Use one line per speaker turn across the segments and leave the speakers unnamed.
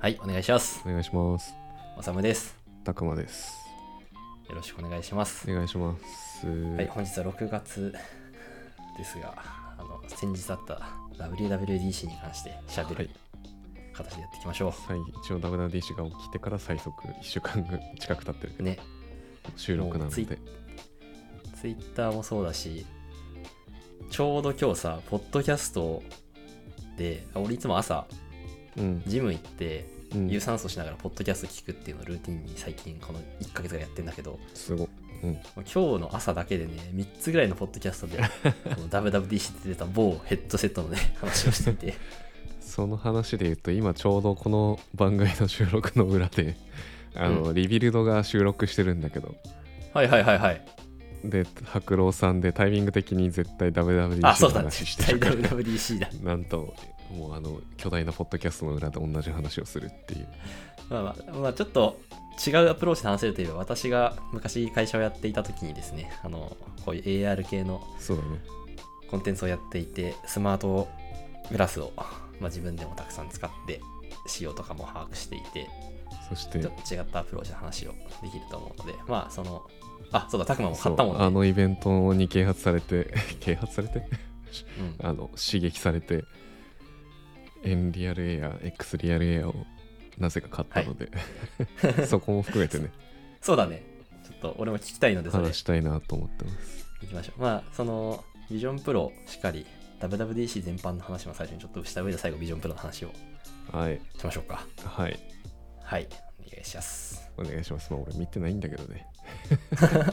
はい、お願いします。
お願いします
おさむです。
たくまです
よろしくお願いします。
お願いします
はい、本日は6月ですが、あの先日あった WWDC に関してしゃべ
は
る
い
形でやっていきましょ
最一応 WDC が起きてから最速1週間ぐ近く経ってる
う。ね、
収録な
も
の
う
で
Twitter もそうだし、ちょうど今日さ、ポッドキャストで、俺いつも朝、
うん、
ジム行って、
うん
有酸素しながらポッドキャスト聞くっていうのをルーティンに最近この1ヶ月ぐらいやってんだけど、
すごいうん
今日の朝だけでね、3つぐらいのポッドキャス トで、この WWDC で出た某ヘッドセットのね、話をしていて、
その話で言うと今ちょうどこの番組の収録の裏で あの、リビルドが収録してるんだけど
はいはいはいはい。
で白郎さんでタイミング的に絶対 WWDC の
あ、そうだ、
話して
絶対
るから
WWDC だ。
なんともうあの巨大なポッドキャストの裏で同じ話をするっていう
まあまあ、まあ、ちょっと違うアプローチで話せるといえば、私が昔会社をやっていた時にですね、あの、こういう AR 系の
そうだね
コンテンツをやっていて、スマートグラスを、まあ、自分でもたくさん使って、仕様とかも把握していて、
そして
ちょっと違ったアプローチの話をできると思うので、まあ、その、あ、そうだ、たくまも買ったもん
そうあ
ね。
のイベントに啓発されて 啓発されて
うん
あの刺激されてエンリアルエア X リアルエアをなぜか買ったので、 そこも含めてね
そうだね。ちょっと俺も聞きたいので、それ
話したいなと思ってます
行きましょう。まあ、その、ビジョンプロしかり、WWDC 全般の話も最初にちょっとした上で最後、ビジョンプロの話を
はい
しましょうか。
はい
はい。お願いします。
お願いしますまあ俺見てないんだけどね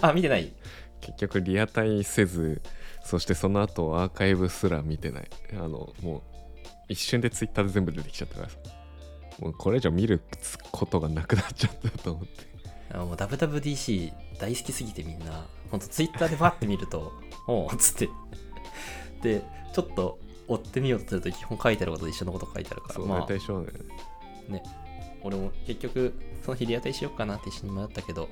あ、見てない
結局リアタイせずそしてその後アーカイブすら見てないあのもう一瞬でツイッターで全部出てきちゃったからさもうこれ以上見ることがなくなっちゃったと思って
あもう WWDC 大好きすぎてみんな、ほんと Twitter でバッて見ると、 おうっつって。で、ちょっと追ってみようとすると基本書いてあることと一緒のこと書いてあるから、
そう、
まあ
大体一緒なんだよね
ね俺も結局その日リアタイしようかなって一緒に迷ったけど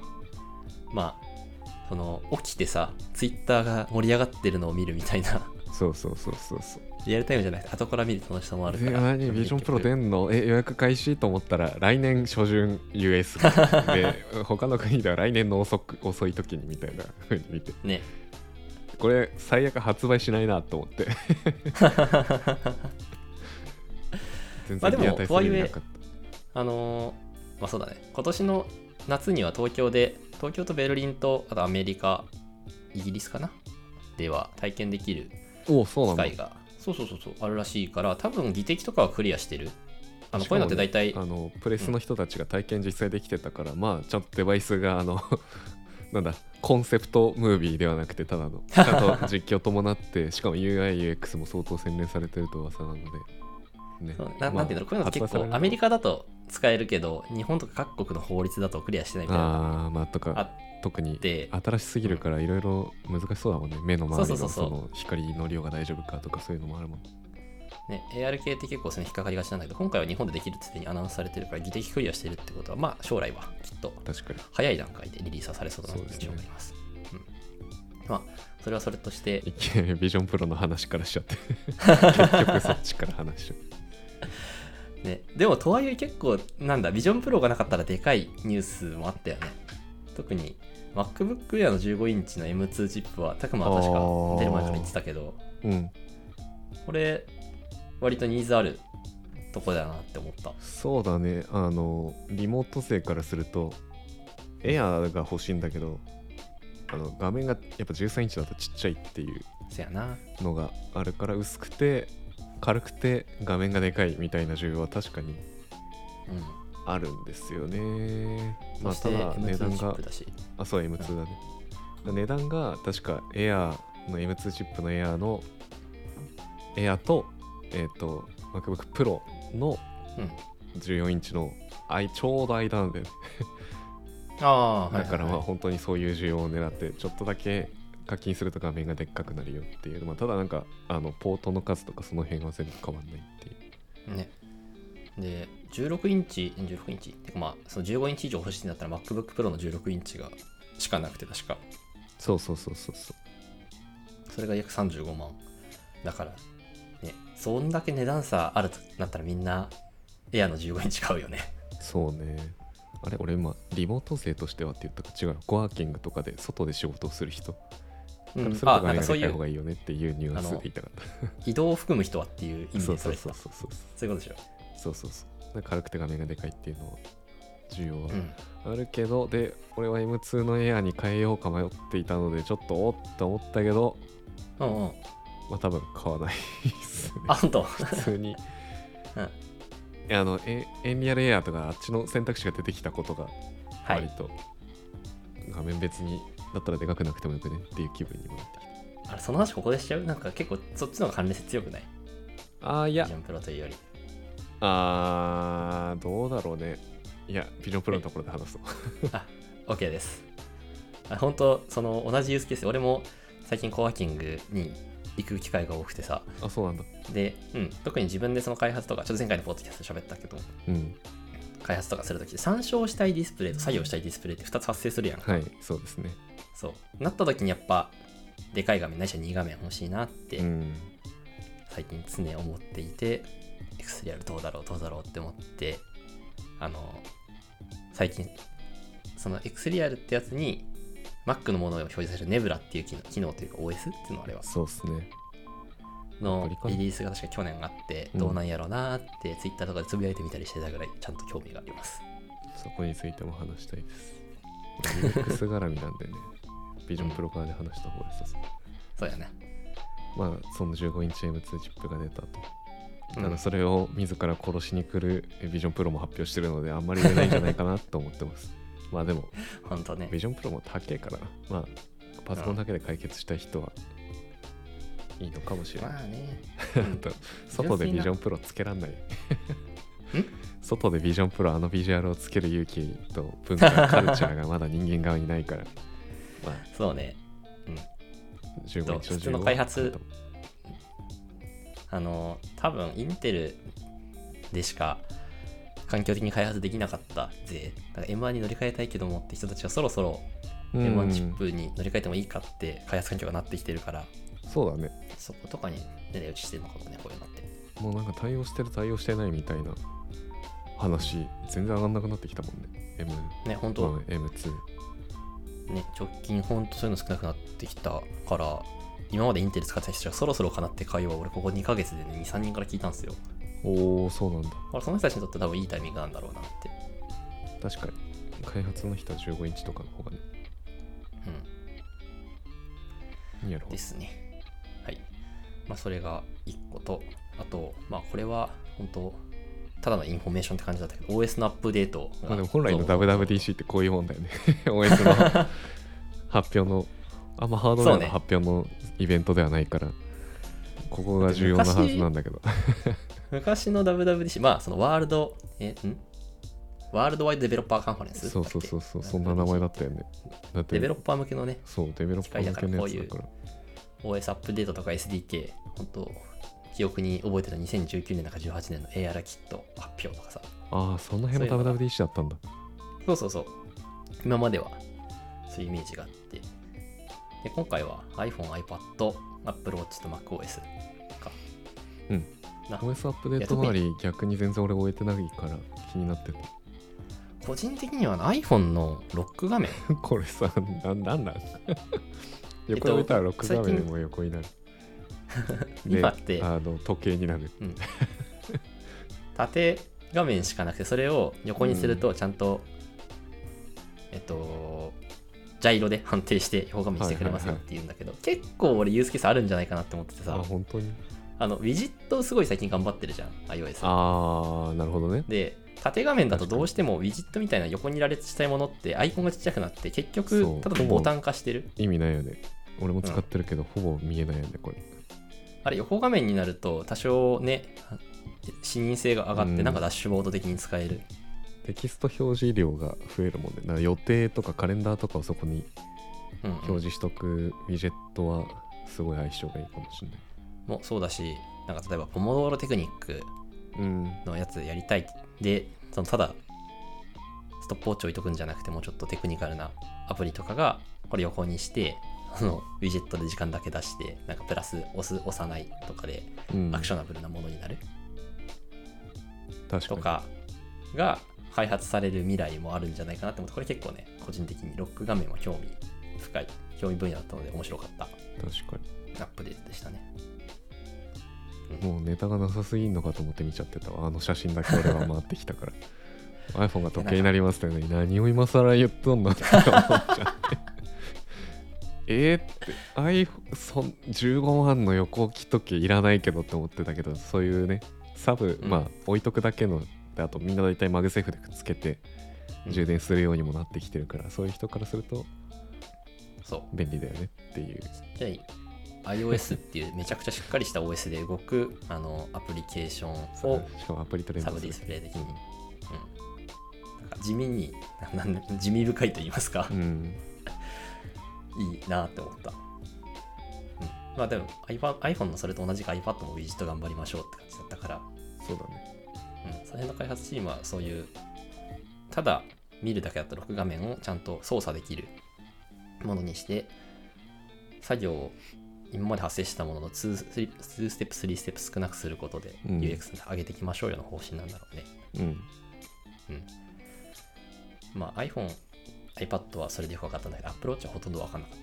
まあその起きてさツイッターが盛り上がってるのを見るみたいな
そうそうそうそうそう
リアルタイムじゃなくて後から見る楽しさもあるか
で
ら
何ビジョンプロ出んのえ予約開始と思ったら来年初 旬 US で他の国では来年の遅く遅い時にみたいな風に見て
ね
これ最悪発売しないなと思って 全
まあ
然
でも
リアタイする意味なかっ
あのーまあそうだね今年の夏には東京で東京とベルリンとあとアメリカイギリスかなでは体験できる
たおおそうな
機
んだ
会がそうそうそうそうあるらしいから多分技的とかはクリアしてるあのこういうのって大体
あのプレスの人たちが体験実際できてたから、まあちゃんとデバイスがあの なんだコンセプトムービーではなくてた だのちゃんと実況伴ってしかも UIUX も相当洗練されてると噂なので、ね
そうななんていうんだろう、こういうのって結構アメリ
カ
カだと使えるけど日本とか各国の法律だとクリアしてないみたいなの
あーまあと
があ
か
っ
特に
て
新しすぎるからいろいろ難しそうだもんね目の周り
そうそうそうそ
の
う
その光の量が大丈夫かとかそういうのもあるもん
ね、AR 系って結構それに引っかかりがちなんだけど今回は日本でできるって既にアナウンスされてるから技的クリアしてるってことはまあ将来はきっと
確かに
早い段階でリリースはされそうだな
そ
と
うですね
思いますうんまあそれはそれとして
いきな りビジョンプロの話からしちゃって 結局そっちから話しちゃう
ね、でもとはいえ結構なんだビジョンプロがなかったらでかいニュースもあったよね特に MacBook Air の15インチの M2 チップはたくまは確
あ
か
ー
出る前から言ってたけど
うん
これ割とニーズあるとこだなって思った
そうだねあのリモート生からするとエアーが欲しいんだけどあの画面がやっぱ13インチだとちっちゃいっていう
せやな
のがあるから薄くて軽くて画面がでかいみたいな需要は確かに
うん
あるんですよねま
そして
あただ
M2 の
値段
チッ
が
プだし
あそう M2 だね値段が確かエアーの M2 チップのエアーのエアーとえっ、と MacBook Pro の
うん
14インチのあいちょうど間なんだよね
ああ
だからまあ
は
本当にそういう需要を狙ってちょっとだけ課金すると画面がでっかくなるよっていう、まあ、ただなんかあのポートの数とかその辺は全部変わんないってい
いは
う
いねで16インチ16インチってかまあその15インチ以上欲しいんだったら MacBookPro の16インチがしかなくて確か
そうそうそうそうそ
それが約35万だからねそんだけ値段差あるとなったらみんなエアの15インチ買うよね。
そうねあれ俺今リモート生としてはって言ったか違うコワーキングとかで外で仕事をする人
う
から
ん
そ、れ
あ
とか
なん
に
かそうい
た方
う
がいいよねっていうニュアンスで言いたかっ
移動を含む人はっていう意
た
味
そ
で
うそ
そうれそ
そううそうそう
いうことでしょ。
そうそうそうだから軽くて画面がでかいっていうのは需要は
うん、
あるけど、で俺は M2 のエアに変えようか迷っていたのでちょっとおっと思ったけど
うんうん。
まあ多分買わないですね
あ、本当。
普通に、
うん
いやあのエエンリアルエアとかあっちの選択肢が出てきたことが
は
割
い。
と、画面別にだったらでかくなくてもよくねっていう気分にもなってきた
あれ、その話ここでしちゃうなんか結構そっちの方が関連性強くない
あーい
ビ
や
ジョンプロというより。
あーどうだろうねいやビジョンプロのところで話そう
OK です。あ本当その同じユースケース、俺も最近コワーキングに行く機会が多くてさ、
あそうなんだ
で、うん、特に自分でその開発とか、ちょっと前回のポッドキャストで喋ったけど、
うん
開発とかするときって参照したいディスプレイと作業したいディスプレイって2つ発生するやん。
はいそうですね
そう。なったときにやっぱ、でかい画面ないしは2画面欲しいなって、
うん
最近常思っていて、XDR どうだろう、どうだろうって思って、あの、最近、その XDR ってやつに、Mac のものを表示される Nebula っていう機能機能というか OS っていうのあれは、
そうですね
の
取り込ん
リリースが確か去年あって、
うん
どうなんやろうなーって、Twitter とかでつぶやいてみたりしてたぐらい、ちゃんと興味があります。
そこについても話したいです俺 UX 絡みなんでねビジョンプロ側で話した方が良さそう
そうやね。
まあその15インチ M2 チップが出たと
うん
ただそれを自ら殺しに来るビジョンプロも発表してるのであんまり売れないんじゃないかなと思ってますまあでも
ほんとね
ビ。ジョンプロも高いからなまあパソコンだけで解決したい人はいいのかもしれない、
まあね。
あと外でビジョンプロつけらんない 外でビジョンプロあのビジュアルをつける勇気と文化カルチャーがまだ人間側にないからまあ
そうね。
15インチ
どう普通の
15
開発
と
あの、多分インテルでしか環境的に開発できなかったぜ。だから M1 に乗り換えたいけどもって人たちはそろそろ
うん
M1 チップに乗り換えてもいいかって開発環境がなってきてるから、
そうだね
そことかに狙い撃ちしてるのかもね、こういうのって。
もうなんか対応してる対応してないみたいな話全然上がんなくなってきたもんね M
ね、本当、
1 M2
ね、直近ほんとそういうの少なくなってきたから、今までインテル使ってた人がそろそろかなって会話を俺ここ2ヶ月でね、2、3人から聞いたんですよ。
おおそうなんだ
だからその人たちにとって多分いいタイミングなんだろうなって。
確かに開発の人は15インチとかの方がね
うん。
いいやろ
ですね。はい。まあ、それが1個と、あと、まあ、これは本当、ただのインフォメーションって感じだったけど、OS のアップデートが。
まあでも本来
そ
の
う
WWDC ってこういうもんだよね OS の発表のあんまハードウェ
そ
ア
う
の
ね
発表のイベントではないからここが重要なはずなんだけど
昔の WWDC、まあ、そのワールド、え、んワールドワイドデベロッパーカンファレンス
そうそうそうそうそんな名
だっ
前
け
だったよねだっ
デベロ
て
ッパー向けのね、
そうデベロッパー向けのやつだから
OS アップデートとか SDK、本当、記憶に覚えてた2019年だか18年の AR キット発表とかさ、
ああその辺の WWDC だったんだ
そうそうそう。今まではそういうイメージがあって。で、今回は iPhone、iPad、Apple Watch と MacOS か。
うん
な
OS アップデート周り逆に全然俺終えてないから気になってた
個人的にはあの iPhone のロック画面、
これさななんだ
と
横に置いたらロック画面でも横になる で
今って
あの時計になる
縦画面しかなくて、それを横にするとちゃんと、えっと、ジャイロで判定して横画面にしてくれますよっていうんだけど、結構俺ユースケースあるんじゃないかなって思ってて
あ
さ、
本当に
あの、ウィジットすごい最近頑張ってるじゃん、iOS。
ああなるほどね
で縦画面だとどうしてもウィジットみたいな横に羅列したいものってアイコンがちっちゃくなって結
そう
局ただのボタン化してる
意味ないよね俺も使ってるけど、ほぼ見えないよねこれ
あれ横画面になると多少ね視認性が上がっ
う
て
ん
なんかダッシュボード的に使える、
テキスト表示量が増えるもんねだから予定とかカレンダーとかをそこに
うんうん
表示しとくウィジェットはすごい相性がいいかもしれない
もそうだしなんか例えばポモドーロテクニック
うん
のやつやりたいでそのただストップウォッチ置いとくんじゃなくてもうちょっとテクニカルなアプリとかがこれ横にしてあのウィジェットで時間だけ出してなんかプラス押す押さないとかで
うん
アクショナブルなものになる、
確か
と
に
かが開発される未来もあるんじゃないかなって思ってこれ結構ね個人的にロック画面は興味深い興味分野だったので面白かった
確か
アップデートでしたね
にもうネタがなさすぎんのかと思って見ちゃってたわあの写真だけ俺は回ってきた から iPhone が時計になりますってのに何を今更言っとんのって思っちゃって えーって iPhone そん15万の横置き時計いらないけどって思ってたけどそういうねサブ、
うん
まあ置いとくだけのであとみんな大体マグセーフでくっつけて
うん
充電するようにもなってきてるから、そういう人からすると
そう
便利だよねっていう
じゃあ iOS っていうめちゃくちゃしっかりした OS で動くあのアプリケーションを
しかもアプリと連
サブ
動す
ディ
る
スプレイ的に、うん、なんか地味になんなん地味深いと言いますか
う、ん
いいなって思った、うん、まあでも iPhone iPhone のそれと同じか iPad もウィジット頑張りましょうって感じだったから、
そうだね
うん、その辺の開発チームはそういうただ見るだけだった録画面をちゃんと操作できるものにして作業を今まで発生してたものの 2, スリ2ステップ3ステップ少なくすることで
うん
UX に上げていきましょうよの方針なんだろうね、
うん
まあ iPhone、iPad はそれでよく分かったんだけど Apple Watch はほとんど分かんなかっ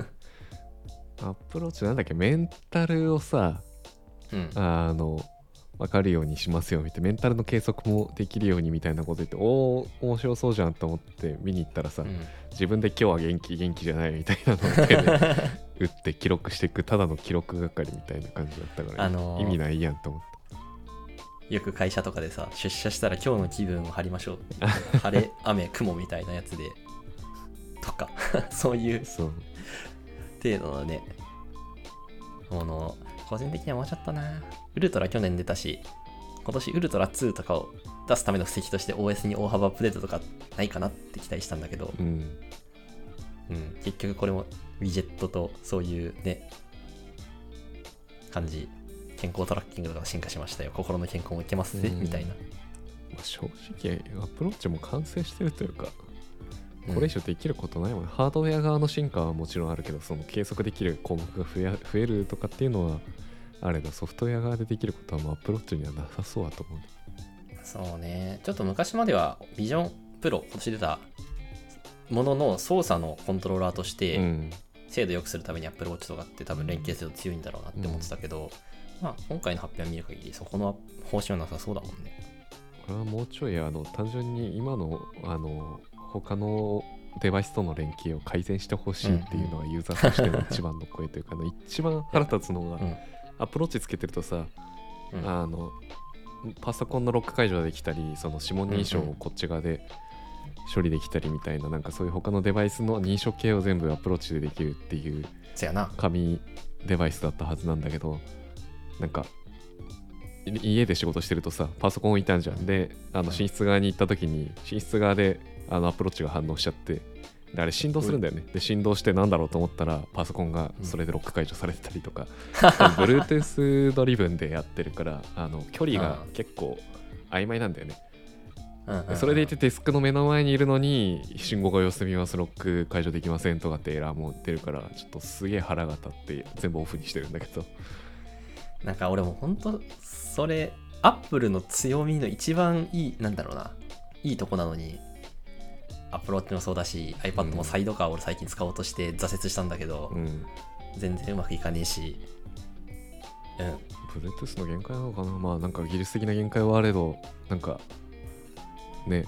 たな
アプローチなんだっけメンタルをさ
うん
あの分かるようにしますよみたいなメンタルの計測もできるようにみたいなこと言っておお面白そうじゃんと思って見に行ったらさ、
うん
自分で今日は元気元気じゃないみたいなのを 手で打って記録していくただの記録係みたいな感じだったから、
あのー
意味ないやんと思って
よく会社とかでさ出社したら今日の気分を張りましょうって言って晴れ雨雲みたいなやつでとか そういう
そう
程度のねもの個人的にはもうちょっとなウルトラ去年出たし今年ウルトラ2とかを出すための布石として OS に大幅アップデートとかないかなって期待したんだけど、
うん
うん、結局これもウィジェットとそういうね感じ健康トラッキングとか進化しましたよ心の健康もいけますね
うん
みたいな、
まあ正直アプローチも完成してるというかこれ以上できることないもん、ねハードウェア側の進化はもちろんあるけどその計測できる項目が増え増えるとかっていうのはあれだソフトウェア側でできることはもうアプローチにはなさそうだと思うね
そうね、ちょっと昔まではビジョンプロ、今年出たものの操作のコントローラーとし
う
て、
ん
精度良くするために Apple Watch とかって多分連携性強いんだろうなって思ってたけど、まあ、今回の発表を見る限り、そこの方針はなさそうだもんね。
これはもうちょいあの単純に今のあの他のデバイスとの連携を改善してほしいっていうのがユーザーとしての一番の声というか、あの一番腹立つのが、
うん
アプローチつけてるとさ、
うん
あのパソコンのロック解除ができたりその指紋認証をこっち側で処理できたりみたいな,、なんかそういう他のデバイスの認証系を全部アプローチでできるっていう
せやな。
紙デバイスだったはずなんだけどなんかい家で仕事してるとさパソコン置いたんじゃんであの寝室側に行った時に寝室側であのアプローチが反応しちゃってであれ振動するんだよねで振動してなんだろうと思ったらパソコンがそれでロック解除されてたり とか多分 Bluetooth ドリブンでやってるからあの距離が結構曖昧なんだよね
うんうんうん
それでいてデスクの目の前にいるのに信号が様子見ますロック解除できませんとかってエラーも出るからちょっとすげえ腹が立って全部オフにしてるんだけど
なんか俺も本当それ、Apple の強みの一番いい、なんだろうな、いいとこなのに、Apple Watch もそうだし、iPad もサイドカー俺最近使おうとして挫折したんだけど、
うん
全然うまくいかねえし、うん、
Bluetooth の限界なのかなまあなんか技術的な限界はあれどなんかね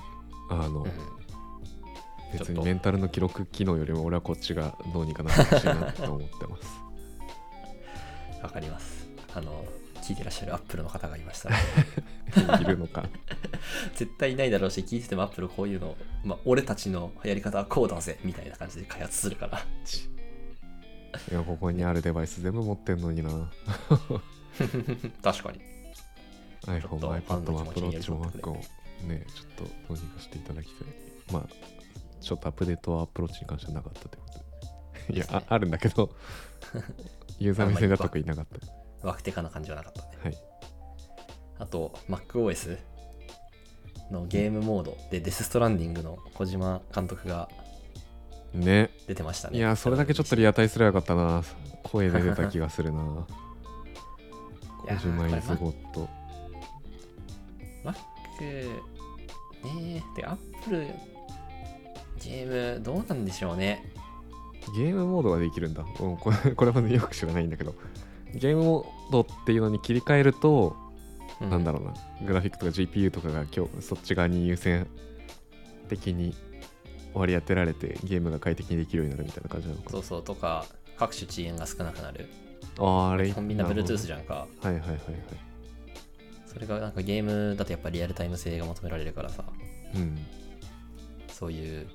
あの、
うち
別
ょっ
に
と
メンタルの記録機能よりも俺はこっちがどうにかなってほしいなと思ってます
ん、わかります。あの、聞いてらっしゃるアップルの方がいましたら、
いるのか
絶対いないだろうし、聞いててもアップルこういうの、まあ、俺たちのやり方はこうだぜ、みたいな感じで開発するから。
ちいやここにあるデバイス全部持ってんのにな
確かに。ちょ
iPhone
っと
も iPad も
ファンの気持ちに寄り
Apple Watch
添
も
ってく
Mac もねちょっとどうにかしていただきたいまあちょっとアップデートは Apple Watch に関してはなかったということでいやああるんだけ どユーザー目線が特になかった
ワクテカな感じはなかったね。
はい
あと、MacOS のゲームモードでデスストランディングの小島監督が
ね
出てましたね。
いやそれだけちょっとリアタイすればよかったな声で出た気がするな
いや
小島イズゴット
Mac ねえで Apple ゲームどうなんでしょうね
ゲームモードができるんだうんこれこれまでよく知らないんだけどゲームモードっていうのに切り替えると、
う
なんだろうなグラフィックとか GPU とかが今日そっち側に優先的に割り当てられてゲームが快適にできるようになるみたいな感じなのか
そうそうとか各種遅延が少なくなる
あーあれ
コンビナ Bluetooth じ
ゃ
ゃんか
んはいはいはいは
それがなんかゲームだとやっぱリアルタイム性が求められるからさ
いうん
そういう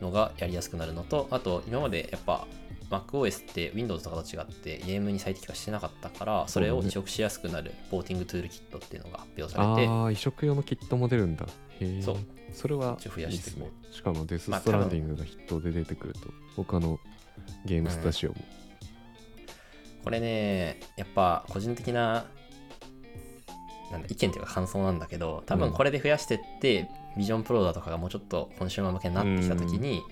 のがやりやすくなるのとあと今までやっぱ MacOS って Windows とかと違ってゲームに最適化してなかったからそれを移植しやすくなるポーティングトゥールキットっていうのが発表されて
ああ移植用のキットも出るんだへえ
そう
それは
ちょっと増やしていこう
いいっすねしかもデス・
まあ
ストランディングがヒットで出てくると他のゲームスタジオも、
これねやっぱ個人的ななんだ意見というか感想なんだけど多分これで増やしてって、ビジョンプロだとかがもうちょっとコンシューマー向けになってきた時に、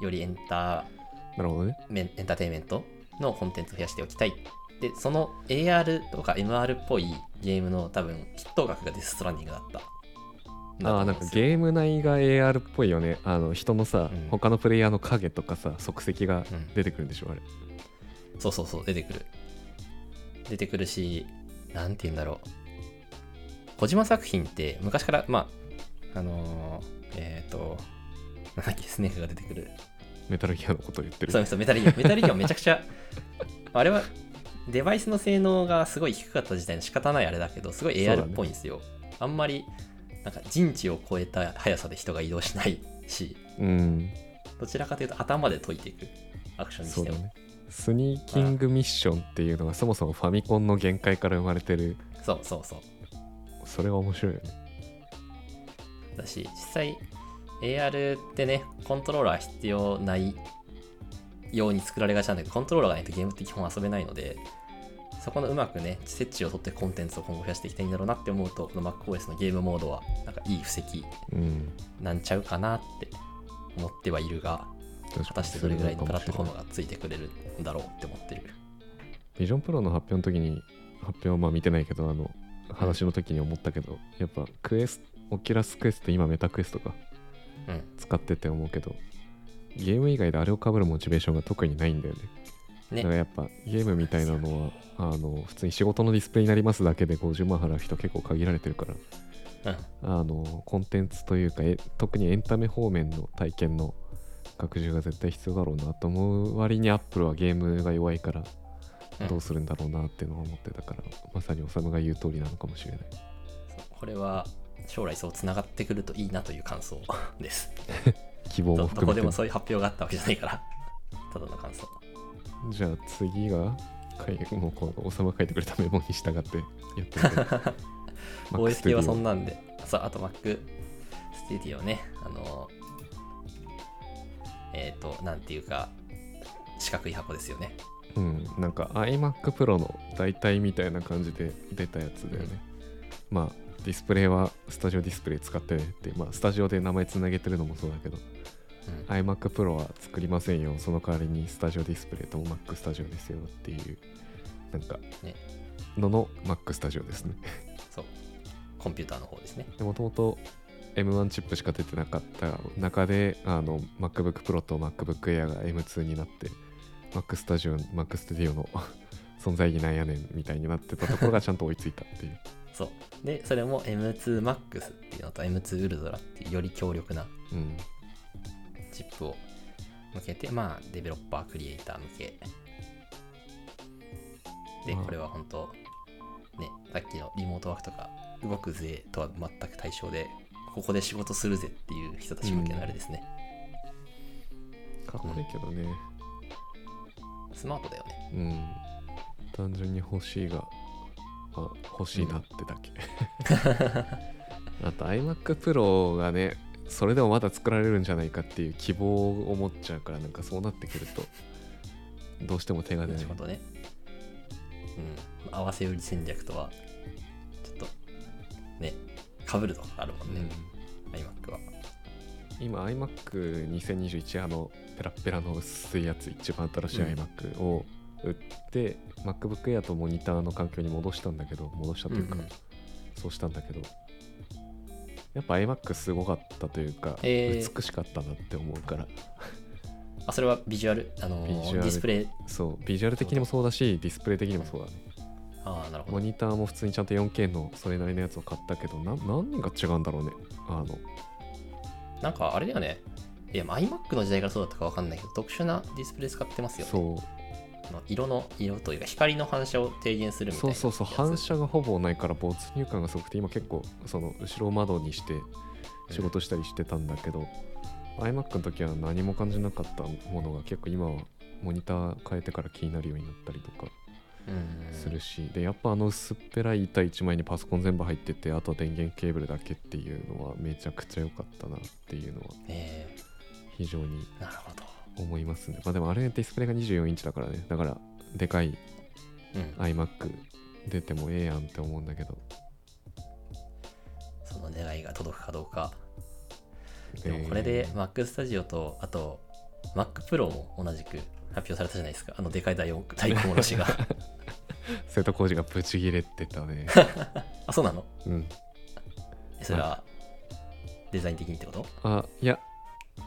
よりエンタ
なるほどね
メンエンターテインメントのコンテンツを増やしておきたいでその AR とか MR っぽいゲームの多分筆頭額がデス・ストランディングだった
あーなんかゲーム内が AR っぽいよねあの人のさ、
うん
他のプレイヤーの影とかさ足跡が
うん
出てくるんでしょあれ
そうそうそう出てくる出てくるしなんて言うんだろう小島作品って昔からまああのーえっ、となんだっけスネークが出てくる
メタルギアのことを言ってる
そうそうメタルギアメタルギアめちゃくちゃ あれはデバイスの性能がすごい低かった時代の仕方ないあれだけどすごい
そうだ
AR っ
ね
ぽいんですよ、あんまりなんか人知を超えた速さで人が移動しないし
うん
どちらかというと頭で解いていくアクションに
そ
し
う
て
だ
も
ねスニーキングミッションっていうのがそもそもファミコンの限界から生まれてる
そうそうそう
それは面白いよね
だし実際 AR ってねコントローラー必要ないように作られがちなんだけどコントローラーがないとゲームって基本遊べないのでそこのうまくね設置を取ってコンテンツを今後増やしていきたいんだろうなって思うとこの MacOS のゲームモードはなんかいい布石
うん
なんちゃうかなって思ってはいるが果たしてどれぐらいのプラットフォームがついてくれるんだろうって思ってる
ビジョンプロの発表の時に発表はまあ見てないけどあの話の時に思ったけど、やっぱクエスオキュラスクエスト今メタクエストか
うん
使ってて思うけどゲーム以外であれを被るモチベーションが特にないんだよねだから
ね
やっぱゲームみたいなのはあの普通に仕事のディスプレイになりますだけで50万払う人結構限られてるから
うん
あのコンテンツというかえ特にエンタメ方面の体験の拡充が絶対必要だろうなと思う割にアップルはゲームが弱いから
うん
どうするんだろうなっていうのを思ってたから、まさに修が言う通りなのかもしれない
そうこれは将来そうつながってくるといいなという感想です
希望
ど
も
ど
含
こ
め
で
て
もそういう発表があったわけじゃないからただの感想
じゃあ次がかいもうこの修が書いてくれたメモに従って やってる Mac
OS 系は
Studio
そんなんでそうあと Mac Studio ねあのえっ、となんていうか四角い箱ですよね
うん、なんか iMac Pro の代替みたいな感じで出たやつだよね。まあディスプレイはスタジオディスプレイ使ってねって、まあ、スタジオで名前つなげてるのもそうだけど、
う
iMac Pro は作りませんよその代わりにスタジオディスプレイと Mac スタジオですよっていうなんか
ね
のの Mac スタジオですね。
そうコンピューターの方ですね
もともと M1 チップしか出てなかった中であの MacBook Pro と MacBook Air が M2 になって Mac Studio, Mac Studio の 存在意義なんやねんみたいになってたところがちゃんと追いついたっていう
そうでそれも M2MAX っていうのと M2Ultra っていうより強力な
うん
チップを向けてまあデベロッパークリエイター向けで
まあ
これは本当ねさっきのリモートワークとか動くぜとは全く対象でここで仕事するぜっていう人たち向けのあれですね、
かっこいいけどね
スマートだよね
うん、単純に欲しいがあ欲しいなってだけ、 あと iMac Pro がねそれでもまだ作られるんじゃないかっていう希望を持っちゃうからなんかそうなってくるとどうしても手が出ない
仕事ねうん合わせ売り戦略とはちょっとねかぶるとこあるもんね、iMac は
今 iMac2021 あのペラッペラの薄いやつ一番新しい
うん
iMac を売って、MacBook Air とモニターの環境に戻したんだけど戻したというか、
うんうん
そうしたんだけどやっぱ iMac すごかったというか、
えー
美しかったなって思うから
あそれはビジュアルあの
ビジュアル
ディスプレイ
そうビジュアル的にもそうだしディスプレイ的にもそうだね
ああなるほ
モ
ど
ニターも普通にちゃんと 4K のそれなりのやつを買ったけどな何が違うんだろうねあの
なんかあれだよねいやまあ iMac の時代からそうだったかわかんないけど特殊なディスプレイ使ってますよね
そう
あの色の色というか光の反射を低減するみたい
そ
な
う
やつ
そうそう反射がほぼないから没入感がすごくて今結構その後ろ窓にして仕事したりしてたんだけど、iMac の時は何も感じなかったものが結構今はモニター変えてから気になるようになったりとか
うん
するし、でやっぱあの薄っぺらい板1枚にパソコン全部入っててあとは電源ケーブルだけっていうのはめちゃくちゃ良かったなっていうのは
え
非常に
ー、なるほど
思いますねまあでもあれディスプレイが24インチだからねだからでかい
うん
iMac 出てもええやんって思うんだけど
その願いが届くかどうかで
え
も
ー
これで MacStudio とあと MacPro も同じく発表されたじゃないですかあのでかい大大大根おろし が
瀬戸康史がブチギレてた ね。
あそうなの
うん。
えそれはデザイン的にってこと
あ、いや、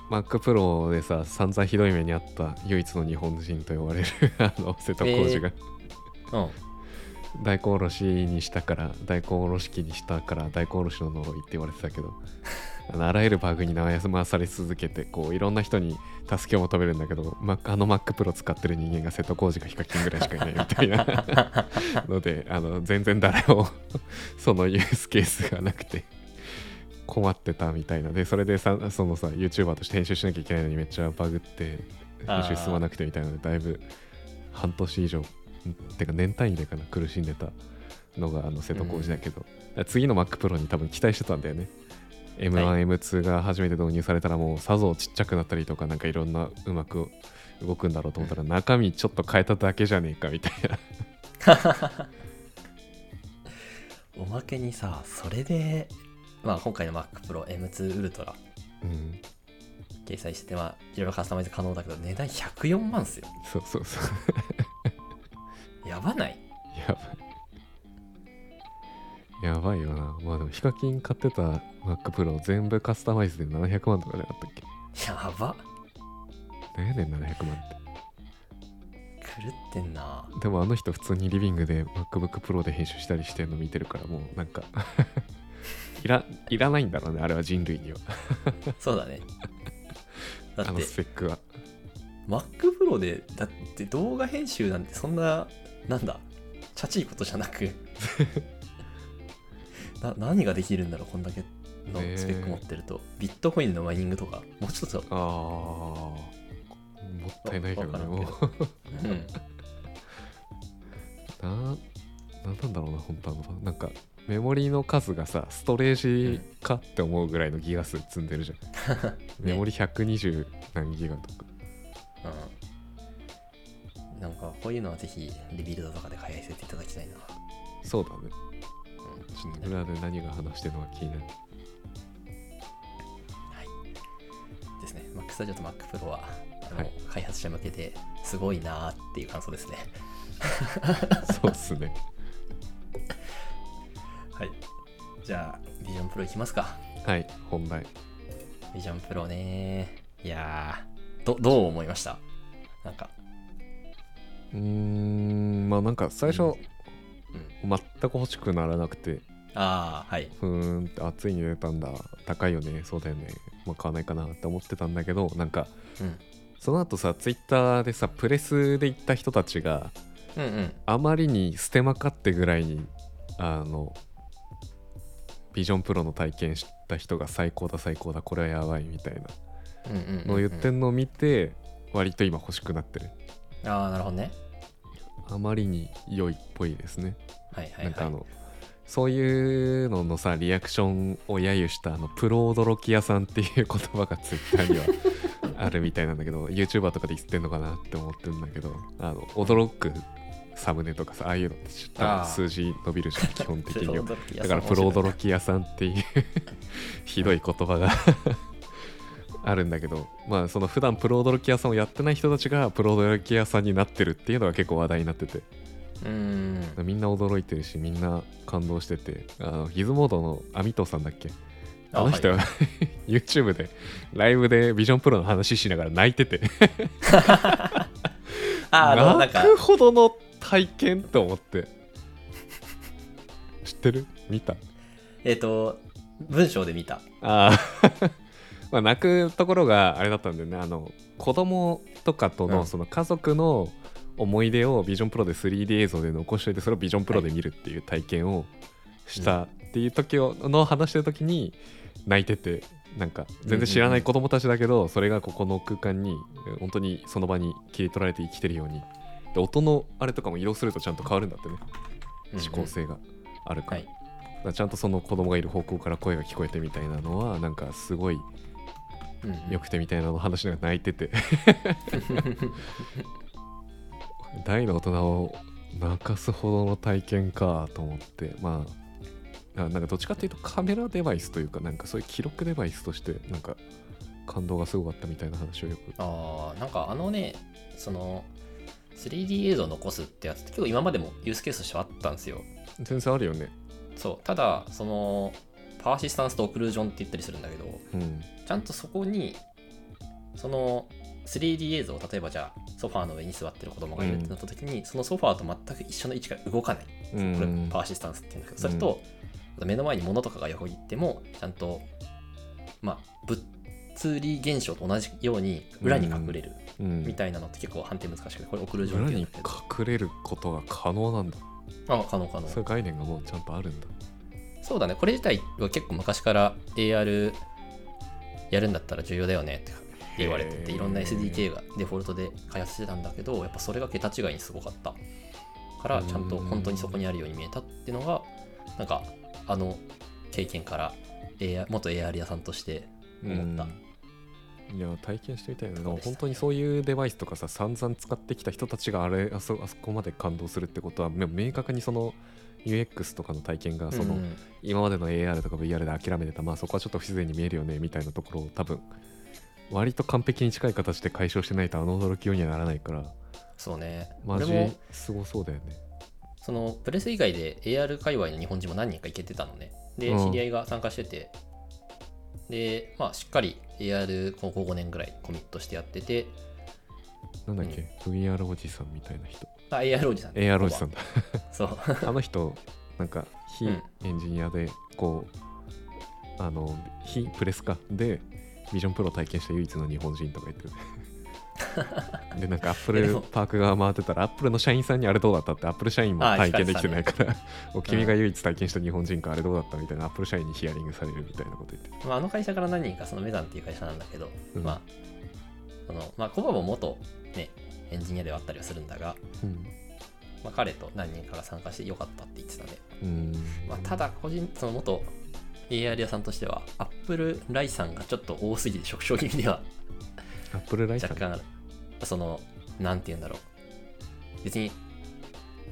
MacPro でさ、散々ひどい目にあった唯一の日本人と呼ばれるあの瀬戸康史が、
うん
大根おろしにしたから、大根おろし器にしたから、大根おろしの呪いって言われてたけど、 あのあらゆるバグに悩まされ続けて、こういろんな人に助けを求めるんだけど、マックあの MacPro 使ってる人間が瀬戸康史かヒカキンぐらいしかいないみたい なので、あの全然誰も そのユースケースがなくて。困ってたみたいなでそれでさそのさ YouTuber として編集しなきゃいけないのにめっちゃバグって
あー
編集進まなくてみたいなのでだいぶ半年以上てか年単位でかな苦しんでたのがあの瀬戸康史だけど、だから次の MacPro に多分期待してたんだよね M1、
は
M2 が初めて導入されたらもうさぞちっちゃくなったりとかなんかいろんなうまく動くんだろうと思ったら中身ちょっと変えただけじゃねえかみたいな
おまけにさそれで、まあ、今回の MacProM2 ウルトラ
うん
掲載してて、まあ、いろいろカスタマイズ可能だけど値段104万っすよ
そうそうそう
やばない
やばい やばいよなまあでもヒカキン買ってた MacPro 全部カスタマイズで700万とかじゃなかったっけ
やば
何やねん700万って
狂ってんな
でもあの人普通にリビングで MacBookPro で編集したりしてるの見てるからもうなんか いらいらないんだろうねあれは人類には
そうだねだっ
あの
て
スペックは
MacPro でだって動画編集なんてそんななんだチャチいことじゃなく な何ができるんだろうこんだけの
ねえ
スペック持ってると、ビットコインのマイニングとかもうちょっと、
ああもったいないけどねも
わ
う
わうん、
ななんなんだろうな本当あのなんかメモリの数がさストレージかって思うぐらいのギガ数積んでるじゃん、 メモリ120何ギガとか
うん、なんかこういうのはぜひリビルドとかで開発していただきたいな、
そうだね
うん
ちょっと裏で何が話してるのか気にな る
ですね MacStudio と MacPro は、あの
はい
開発者向けてすごいなーっていう感想ですね
そうっすね
はいじゃあ Vision Pro いきますか
はい本題
Vision Pro ねいやーどどう思いましたなんか
うーんまあなんか最初、
うん
全く欲しくならなくて
ああはい
ふーんって暑いに出たんだ高いよねそうだよねまあ買わないかなって思ってたんだけどなんか
うん
その後さツイッターでさプレスで行った人たちが
うんうん
あまりに捨てまかってぐらいにあのビジョンプロの体験した人が最高だ最高だこれはやばいみたいな
うんうんうん
のを言って
うん
んのを見て割と今欲しくなってる
ああなるほどね
あまりに良いっぽいですね
はいはいはい
なんかあのそういうののさリアクションを揶揄したあのプロ驚き屋さんっていう言葉がツイッターにはあるみたいなんだ けど YouTuber とかで言ってんのかなって思ってるんだけどあの驚くサムネとかさああいうのってちょっと
あー
数字伸びるじ ゃん基本的に
プロ
は
驚き
だからプロ驚
き
き屋さんっていう ひどい言葉があるんだけどまあその普段プロ驚き屋さんをやってない人たちがプロ驚き屋さんになってるっていうのが結構話題になってて
うん
みんな驚いてるしみんな感動しててあのギズモードのアミトさんだっけあの人
は
は、YouTube でライブでビジョンプロの話しながら泣いてて
いああのなん
泣
か
くほどの体験と思って知ってる見た
えっ、と文章で見た
あー まあ泣くところがあれだったんだよねあの子供とかと
う
の
ん
その家族の思い出をビジョンプロで 3D 映像で残しておいてそれをビジョンプロで見るっていう体験をしたっていう時をの話してる時に泣いててなんか全然知らない子供たちだけどそれがここの空間に本当にその場に切り取られて生きてるようにで音のあれとかも移動するとちゃんと変わるんだってね指向性があるから
は。い
だからちゃんとその子供がいる方向から声が聞こえてみたいなのはなんかすごい
うん
良くてみたいなのを話しながら泣い てて大の大人を泣かすほどの体験かと思ってまああなんかどっちかっていうとカメラデバイスというかなんかそういう記録デバイスとしてなんか感動がすごかったみたいな話をよく
ああなんかあのねその 3D 映像を残すってやつって結構今までもユースケースとしてはあったんですよ
全然あるよね
そうただそのパーシスタンスとオクルージョンって言ったりするんだけど
うん
ちゃんとそこにその 3D 映像を例えばじゃあソファーの上に座ってる子供がいるってなった時に、そのソファーと全く一緒の位置から動かない
うん
これパーシスタンスっていうんだけどそれとあと目の前に物とかが横切ってもちゃんとまあ物理現象と同じように裏に隠れる
うん
みたいなのって結構判定難しくてこれ送る状
裏
況
に
だ
隠
けど
れることが可能なんだ
あ可能可能
そういう概念がもうちゃんとあるんだ
そうだねこれ自体は結構昔から AR やるんだったら重要だよねって言われてて
へー
いろんな SDK がデフォルトで開発してたんだけどやっぱそれが桁違いにすごかったから
うん
ちゃんと本当にそこにあるように見えたっていうのがなんかあの経験から AR 元 AR 屋さんとして思った
うんいや体験してみたいな
そうでしたね
本当にそういうデバイスとかさ散々使ってきた人たちがあれあそあそこまで感動するってことはもう明確にその UX とかの体験がその、
うん
今までの AR とか VR で諦めてたまあそこはちょっと不自然に見えるよねみたいなところを多分割と完璧に近い形で解消してないとあの驚きようにはならないから
そうね
マジ
俺も
すごそうだよね
そのプレス以外で AR 界隈の日本人も何人か行けてたのねで
う
知
ん
り合いが参加してて、でまあしっかり AR ここ5年ぐらいコミットしてやってて
なんだっけ、VR おじさんみたいな人
あ AR おじさん
AR おじさんだ
そう
あの人なんか非
うん
エンジニアでこう、あの非プレスかでビジョンプロを体験した唯一の日本人とか 言ってるでなんかアップ
いやで
ル
も
パーク側回ってたらアップルの社員さんにあれどうだったってアップル社員も
ああ
体験できてないから、 お君
うん
が唯一体験した日本人かあれどうだったみたいなアップル社員にヒアリングされるみたいなこと言ってる
まああの会社から何人かそのメザンっていう会社なんだけど、
うん
まあそのまあコバも元ねエンジニアではあったりはするんだが、
うん
まあ、彼と何人かが参加してよかったって言ってたね、
うん
まあ、ただ個人その元 AR 屋さんとしてはアップルライさんがちょっと多すぎて縮小気味では
アップルライさ
若
ん
干そのなんて言うんだろう別に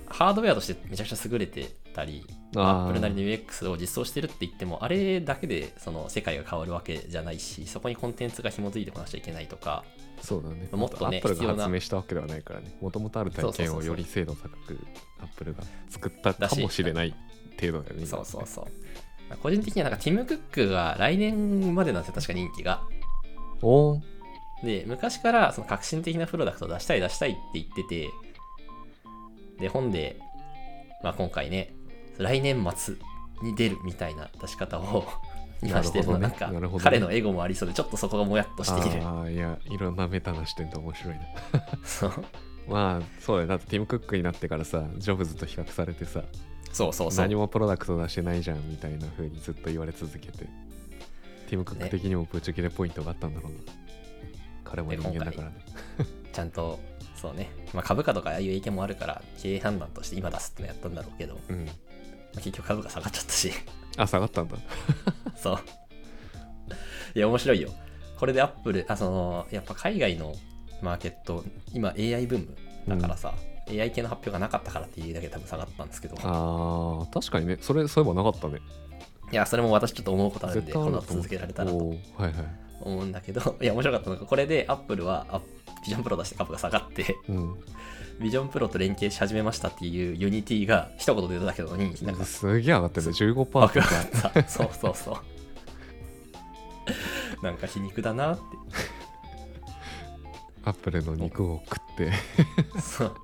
ハードウェアとしてめちゃくちゃ優れてたり
あー
アップルなりの UX を実装してるって言ってもあれだけでその世界が変わるわけじゃないしそこにコンテンツが紐づいてこなくちゃいけないとか
そうだね
もっとね
アップル
必要
が
な
発明したわけではないからねもともとある体
そう
験
そう
を
そうそ
よ
う
り精度高くアップルが作ったかもしれない程度だよね
そうそうそう個人的にはなんかティム・クックが来年までなんですよ確か任期が
おー
で昔からその革新的なプロダクトを出したい出したいって言っててで本で、まあ、今回ね来年末に出るみたいな出し方 を今してるの
な
な
る
ん
ほどね
か
なるほどね
彼のエゴもありそうでちょっとそこがもやっとしている
あーいやいろんなメタな視点で 面白いな
そう
まあそうだよだってティム・クックになってからさジョブズと比較されてさ
そうそうそう
何もプロダクト出してないじゃんみたいな風にずっと言われ続けてティム・クック
ね
的にもぶち切れポイントがあったんだろうな、彼も人間だからね
ちゃんとそうね、まあ、株価とかああいう影響もあるから経営判断として今出すってのやったんだろうけど、ま
うん
あ結局株価下がっちゃったし
あ下がったんだ
そう いや面白いよこれでアップルあそのやっぱ海外のマーケット今 AI ブームだからさ、AI 系の発表がなかったからっていうだけで多分下がったんですけど
あー確かにねそれそういえばなかったね
いやそれも私ちょっと思うことあるんで
絶対あ
こ
る
の後
なと思っ
続
て
けられたらと
おーはいはい
思 うんだけどいや面白かったのがこれでアップルはアップビジョンプロ出して株が下がって
うん、
ビジョンプロと連携し始めましたっていうユニティが一言で出ただけなのになんか
すげえ上がってるね15%と
パ
か
ー ク がそうそうそうなんか皮肉だなっ
アップルの肉を食っ
て
て
そう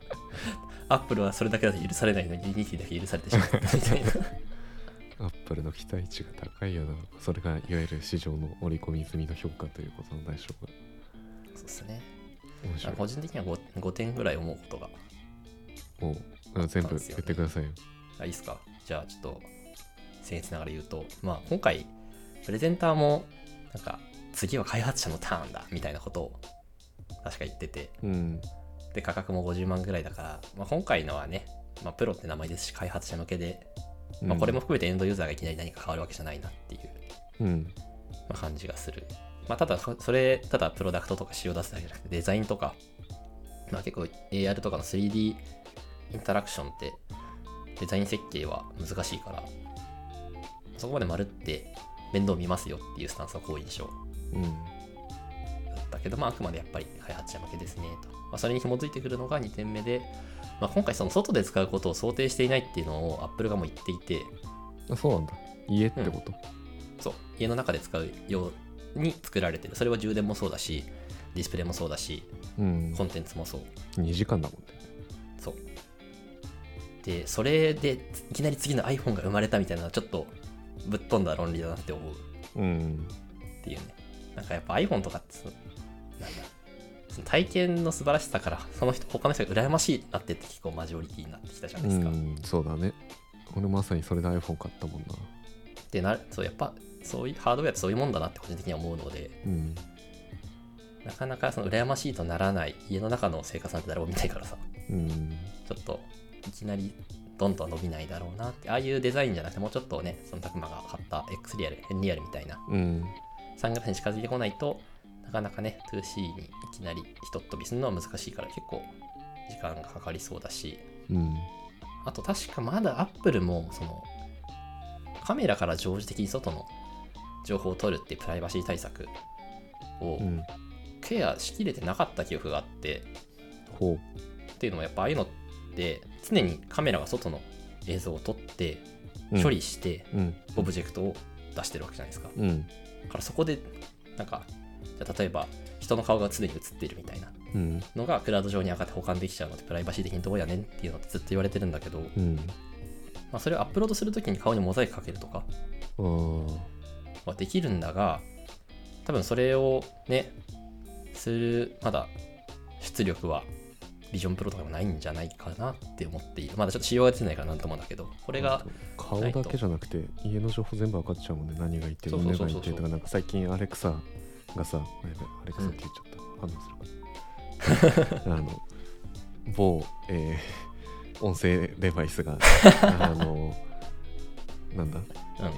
アップルはそれだけだと許されないのにユニティだけ許されてしまったみたいな
アップルの期待値が高いよなそれがいわゆる市場の織り込み済みの評価ということの代償が
そうですね
面白い
個人的には 5, 5点ぐらい思うことが
もうあ全部言ってくださいよ
あいいですかじゃあちょっと僭越ながら言うと、まあ、今回プレゼンターもなんか次は開発者のターンだみたいなことを確か言ってて
うん
で価格も50万ぐらいだから、まあ、今回のはね、まあ、プロって名前ですし開発者向けで、まあ、これも含めてエンドユーザーがいきなり何か変わるわけじゃないなっていう、
うん
まあ感じがする、まあ、ただそそれただプロダクトとか仕様出すだけじゃなくてデザインとか、まあ、結構 AR とかの 3D インタラクションってデザイン設計は難しいからそこまでまるって面倒見ますよっていうスタンスは好印象
うん
だったけど、まあ、あくまでやっぱり開発者向けですねと、まあ、それに紐づいてくるのが2点目で、まあ、今回その外で使うことを想定していないっていうのを Apple がもう言っていて
あそうなんだ家ってこと、
そう家の中で使うように作られてるそれは充電もそうだしディスプレイもそうだし
うん
コンテンツもそう
2時間だもんね
そうでそれでいきなり次の iPhone が生まれたみたいなのはちょっとぶっ飛んだ論理だなって思う
うん
っていうねなんかやっぱ iPhone とかってそのなんだその体験の素晴らしさからその人他の人が羨ましいなってって結構マジョリティになってきたじゃないですか、
うんそうだね俺まさにそれで iPhone 買ったもんな
でなそうやっぱそういうハードウェアってそういうもんだなって個人的には思うので
うん
なかなかその羨ましいとならない家の中の生活なんて誰も見ないからさ
うん
ちょっといきなりどんどん伸びないだろうなってああいうデザインじゃなくてもうちょっとねそのたくまが買った X リアル N リアルみたいな
うん
サングラスに近づいてこないとなかなかね 2C にいきなりひとっ飛びするのは難しいから結構時間がかかりそうだし
うん
あと確かまだ Apple もそのカメラから常時的に外の情報を取るっていうプライバシー対策を
うん
ケアしきれてなかった記憶があって、
ほう
っていうのもやっぱああいうのって常にカメラが外の映像を撮って
うん
処理して
うん
オブジェクトを出してるわけじゃないですか、
うん
だからそこでなんかじゃあ例えば人の顔が常に映ってるみたいな
うん
のがクラウド上に上がって保管できちゃうのってプライバシー的にどうやねんっていうのってずっと言われてるんだけど、ま
うん
あ、それをアップロードするときに顔にモザイクかけるとか
あー
はできるんだが多分それをねするまだ出力はビジョンプロとかもないんじゃないかなって思っているまだちょっと仕様が出てないからなんともだけどこれが
顔だけじゃなくて家の情報全部分かっちゃうもんね何が言ってる
そうそう
何
そう
が言
そう
ってるとかなんか最近アレクサがさあやべアレクサって言っちゃった、反応するからあの某、えー 音声デバイ スがあのなんだ
う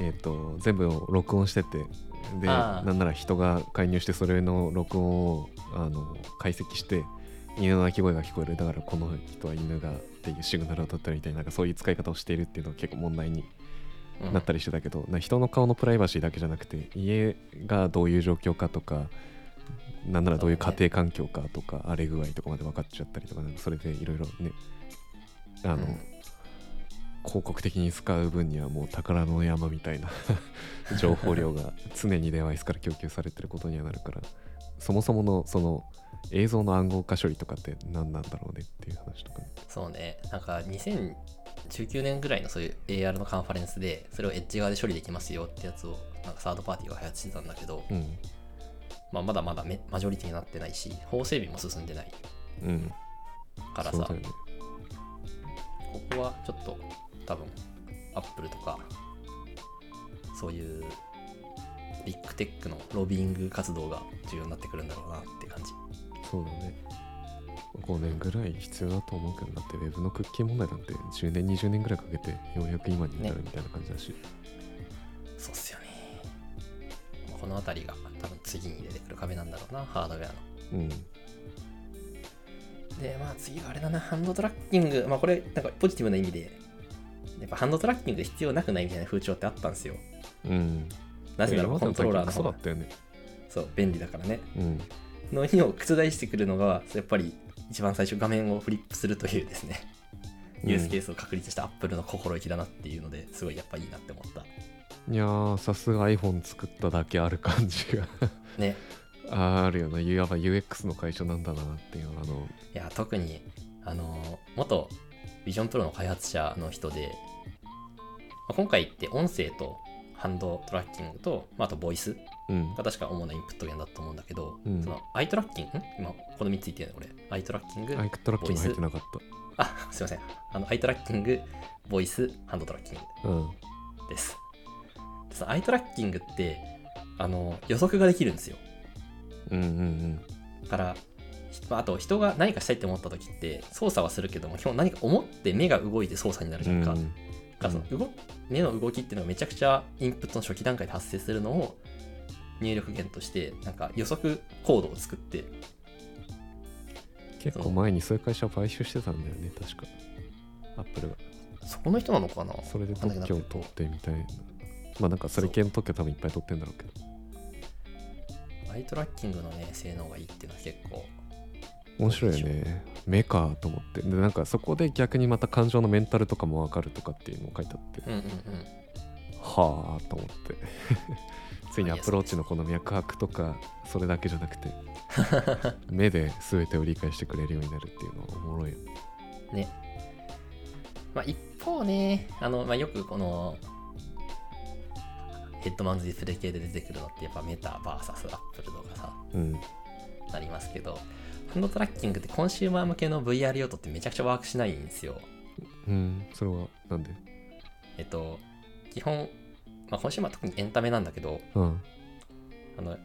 ん
えっ、と全部を録音しててで
あ
な
ー
んなら人が介入してそれの録音をあの解析して犬の鳴き声が聞こえるだからこの人は犬がっていうシグナルを取ったりみたいななんかそういう使い方をしているっていうのが結構問題に
うん
なったりしてたけど、な人の顔のプライバシーだけじゃなくて家がどういう状況かとかなんならどういう家庭環境かとか、荒れ具合とかまで分かっちゃったりとかなんかそれでいろいろねあの、
うん
広告的に使う分にはもう宝の山みたいな 情報量が常にデバイスから供給されてることにはなるからそもそものその映像の暗号化処理とかって何なんだろうねっていう話とかね、
そうねなんか2019年ぐらいのそういう AR のカンファレンスでそれをエッジ側で処理できますよってやつをなんかサードパーティーが開発してたんだけど、まあ、まだまだめマジョリティになってないし法整備も進んでない
うんうん
から
そう
さ
だよね
ここはちょっと多分アップルとかそういうビッグテックのロビーイング活動が重要になってくるんだろうなって感じ
そうだね5年ぐらい必要だと思うけどだってウェブのクッキー問題なんて10年20年ぐらいかけてようやく今に至るみたいな感じだし、
そうっすよねまあこの辺りが多分次に出てくる壁なんだろうなハードウェアの
うん
でまあ次はあれだなハンドトラッキングまあこれなんかポジティブな意味でやっぱハンドトラッキング必要なくないみたいな風潮ってあったんですよ
うん
なぜなら
今
コ
までの
ントローラーの
クソ
方
だ
が
ったよね
そう便利だからね
うん
の意を覆してくるのがやっぱり一番最初画面をフリップするというですね、
うん
ユースケースを確立した Apple の心意気だなっていうのですごいやっぱいいなって思った。
いやーさすが iPhone 作っただけある感じが
ね、
あーあるよなやっぱ UX の会社なんだなっていうあの
いや特にあの元 VisionPro の開発者の人で、まあ今回って音声とハンドトラッキングと、まあ、あとボイス
うん
が確か主なインプット源だと思うんだけど、
うん
そのアイトラッキングん今この3つ言ってるのこれアイトラッキング
アイクトラッキング入ってなかっ
あすいませんあのアイトラッキングボイスハンドトラッキング
たうん
ですでそのアイトラッキングってあの予測ができるんですよ
うんうん
だからひまああと人が何かしたいって思った時って操作はするけども基本何か思って目が動いて操作になるじゃ
う
ん
ん
か,、
うん
からその動目の動きっていうのがめちゃくちゃインプットの初期段階で発生するのを入力源としてなんか予測コードを作って
結構前にそういう会社を買収してたんだよね確かアップルが
そこの人なのかな
それで特許を取ってみたいなまあなんかそれ系の特許多分いっぱい取ってんだろうけど
アイトラッキングのね性能がいいっていうのは結構
面白いよね目かと思ってでなんかそこで逆にまた感情のメンタルとかも分かるとかっていうのを書いてあって
うんうんうん
はあと思って ついにアプローチのこの脈拍とかそれだけじゃなくて目で全てを理解してくれるようになるっていうのはおもろいよね
まあ一方ねあの、まあ、よくこのヘッドマウントディスプレイ系で出てくるのってやっぱメタ VS アップルとかさ
うん
なりますけどハンドトラッキングってコンシューマー向けの VR 用途ってめちゃくちゃワークしないんですよ
うんそれはなんで
えっと基本、まあ、コンシューマー特にエンタメなんだけど
うん
あの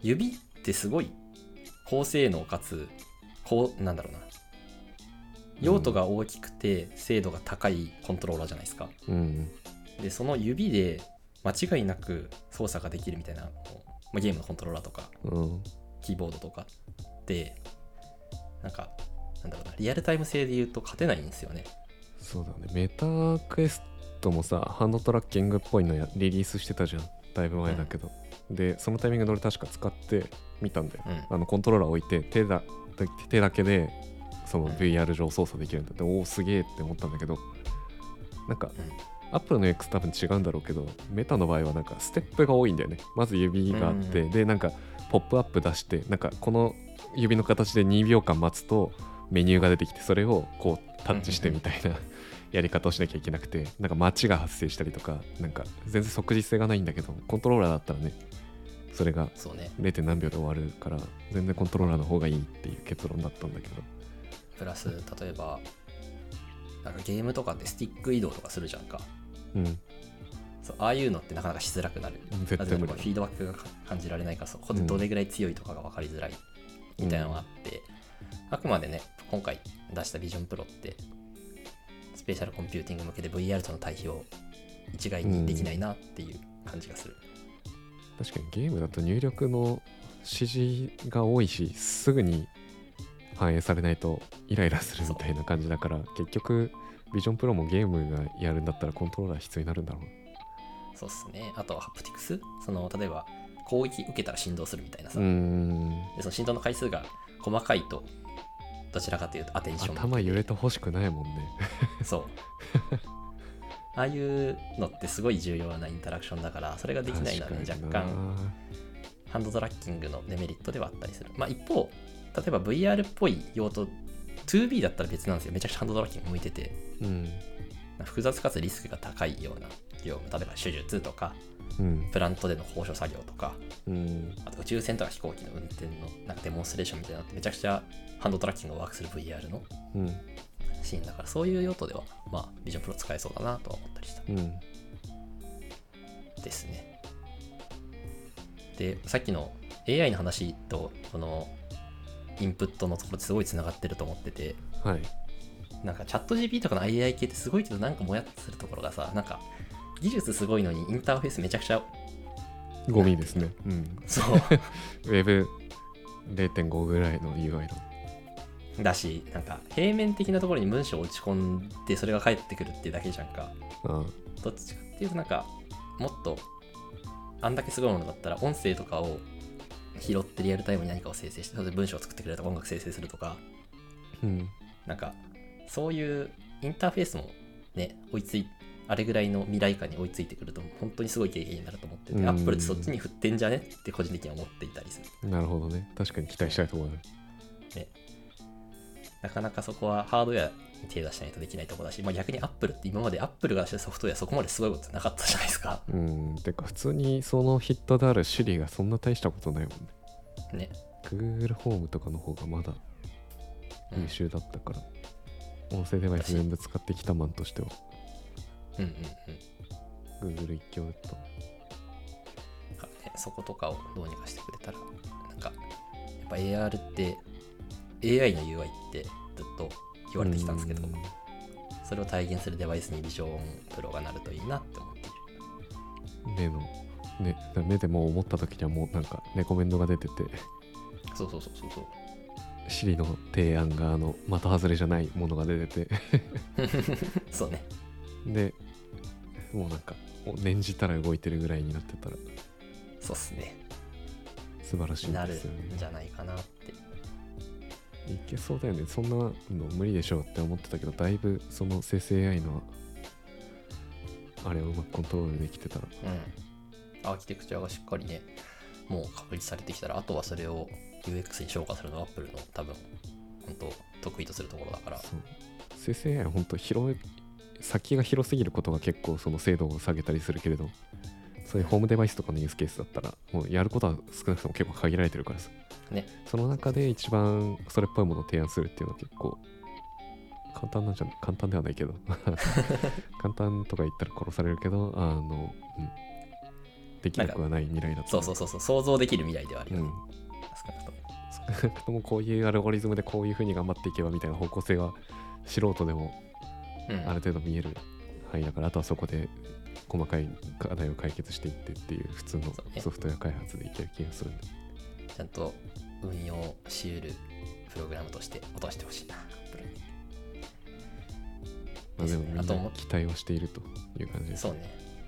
指ってすごい高性能かつこうなんだろうな用途が大きくて精度が高いコントローラーじゃないですか、
うん
でその指で間違いなく操作ができるみたいなこうまあゲームのコントローラーとか
うん
キーボードとかってなんかなんだろうなリアルタイム性で言うと勝てないんですよね
そうだねメタクエストもさハンドトラッキングっぽいのやリリースしてたじゃんだいぶ前だけど、でそのタイミングで俺確か使ってみたんだよ
うん
あのコントローラー置いて手だ手だけでその
うん
VR 上操作できるんだって、おおすげえって思ったんだけどなんか
うん
アップルの X 多分違うんだろうけどメタの場合はなんかステップが多いんだよねまず指があって、
うん
でなんかポップアップ出してなんかこの指の形で2秒間待つとメニューが出てきてそれをこうタッチしてみたいなやり方をしなきゃいけなくてなんか待ちが発生したりとかなんか全然即時性がないんだけどコントローラーだったらねそれが
そうね
0. 何秒で終わるから全然コントローラーの方がいいっていう結論だったんだけど
プラス例えばなんかゲームとかってスティック移動とかするじゃんか
うん
そうああいうのってなかなかしづらくなる
絶
な
対
ぜ
無
なら
理
フ
だ
ィードバックが感じられないからそこで
うん
どれぐらい強いとかが分かりづらいみたいなのがあって、あくまでね今回出したビジョンプロってスペシャルコンピューティング向けて VR との対比を一概にできないなっていう感じがする、
確かにゲームだと入力の指示が多いしすぐに反映されないとイライラするみたいな感じだから結局ビジョンプロもゲームがやるんだったらコントローラー必要になるんだろ
そうっすねあとはハプティクスその例えば攻撃受けたら振動するみたいなさ、
ううーん
でその振動の回数が細かいとどちらかというとアテンション
頭揺れてほしくないもんね
そうああいうのってすごい重要なインタラクションだからそれができないのは、ね、
確
若
かにな
干ハンドトラッキングのデメリットではあったりする。まあ一方、例えば VR っぽい用途、2B だったら別なんですよ。めちゃくちゃハンドトラッキング向いてて、
うん
複雑かつリスクが高いような業務、例えば手術とか、
うん
プラントでの高所作業とか、
うん
あと宇宙船とか飛行機の運転のなんかデモンストレーションみたいなのってめちゃくちゃハンドトラッキングをワークする VR の
うん
シーンだから、そういう用途では、まあ、ビジョンプロ使えそうだなとは思ったりした
うん
ですね。で、さっきの AI の話と、この、インプットのところってすごいつながってると思ってて、
はい
なんかチャット GP とかの AI 系ってすごいけどなんかもやっとするところがさなんか技術すごいのにインターフェースめちゃくちゃ
ゴミですねうん
そう
Web0.5 ぐらいの UI の
だしなんか平面的なところに文章を打ち込んでそれが返ってくるっていうだけじゃんか
あ
どっちかっていうとなんかもっとあんだけすごいものだったら音声とかを拾ってリアルタイムに何かを生成してそれで文章を作ってくれるとか音楽生成するとか
うん
なんかそういうインターフェースもね追いついあれぐらいの未来感に追いついてくると本当にすごい経験になると思って
う
て
ん
アップルってそっちに振ってんじゃねって個人的には思っていたりする
なるほどね確かに期待したいと思います
なかなかそこはハードウェアに手出しないとできないところだし、まあ、逆にアップルって今までアップルが出したソフトウェアそこまですごいことなかったじゃないですか
うんてか普通にそのヒットである Siri がそんな大したことないもんね
ね、
Google ホームとかの方がまだ
うん
優秀だったから、音声デバイス全部使ってきたマンとしては
うんうんうん
Google 一強だった
だからねそことかをどうにかしてくれたらなんかやっぱ AR って AI の UI ってずっと言われてきたんですけど
う
それを体現するデバイスにビジョンプロがなるといいなって思っている
目の、ね、目でもう思った時にはもうなんかレコメンドが出てて
そうそうそうそうそう
Siri の提案があの的外れじゃないものが出てて
そうね
でもうなんかもう念じたら動いてるぐらいになってたら
そうっすね
素晴らしい
な
で
る
すよ
んじ
ね
ゃないかなって
いけそうだよねそんなの無理でしょうって思ってたけどだいぶその生成 AI のあれをうまくコントロールできてたら
うんアーキテクチャがしっかりねもう確立されてきたらあとはそれを UX に昇華するのが Apple の多分本当得意とするところだから
そう生成 AI は本当広い先が広すぎることが結構その精度を下げたりするけれどそういうホームデバイスとかのユースケースだったらもうやることは少なくとも結構限られてるからさ
ね
その中で一番それっぽいものを提案するっていうのは結構簡単なんじゃない簡単ではない けど簡単とか言ったら殺されるけどあの、うん、できなくはない未来だった
そうそうそうそう想像できる未来ではあるよ
う
ね、
ん
少なくとも
少なくともこういうアルゴリズムでこういうふうに頑張っていけばみたいな方向性は素人でも
うん
ある程度見える範囲だからあとはそこで細かい課題を解決していってっていう普通の
そうね
ソフトウェア開発でいける気がするんで
ちゃんと運用し得るプログラムとして落としてほしいな Apple に
まあ、でもみんな
あと思っ
期待をしているという感じです
そうね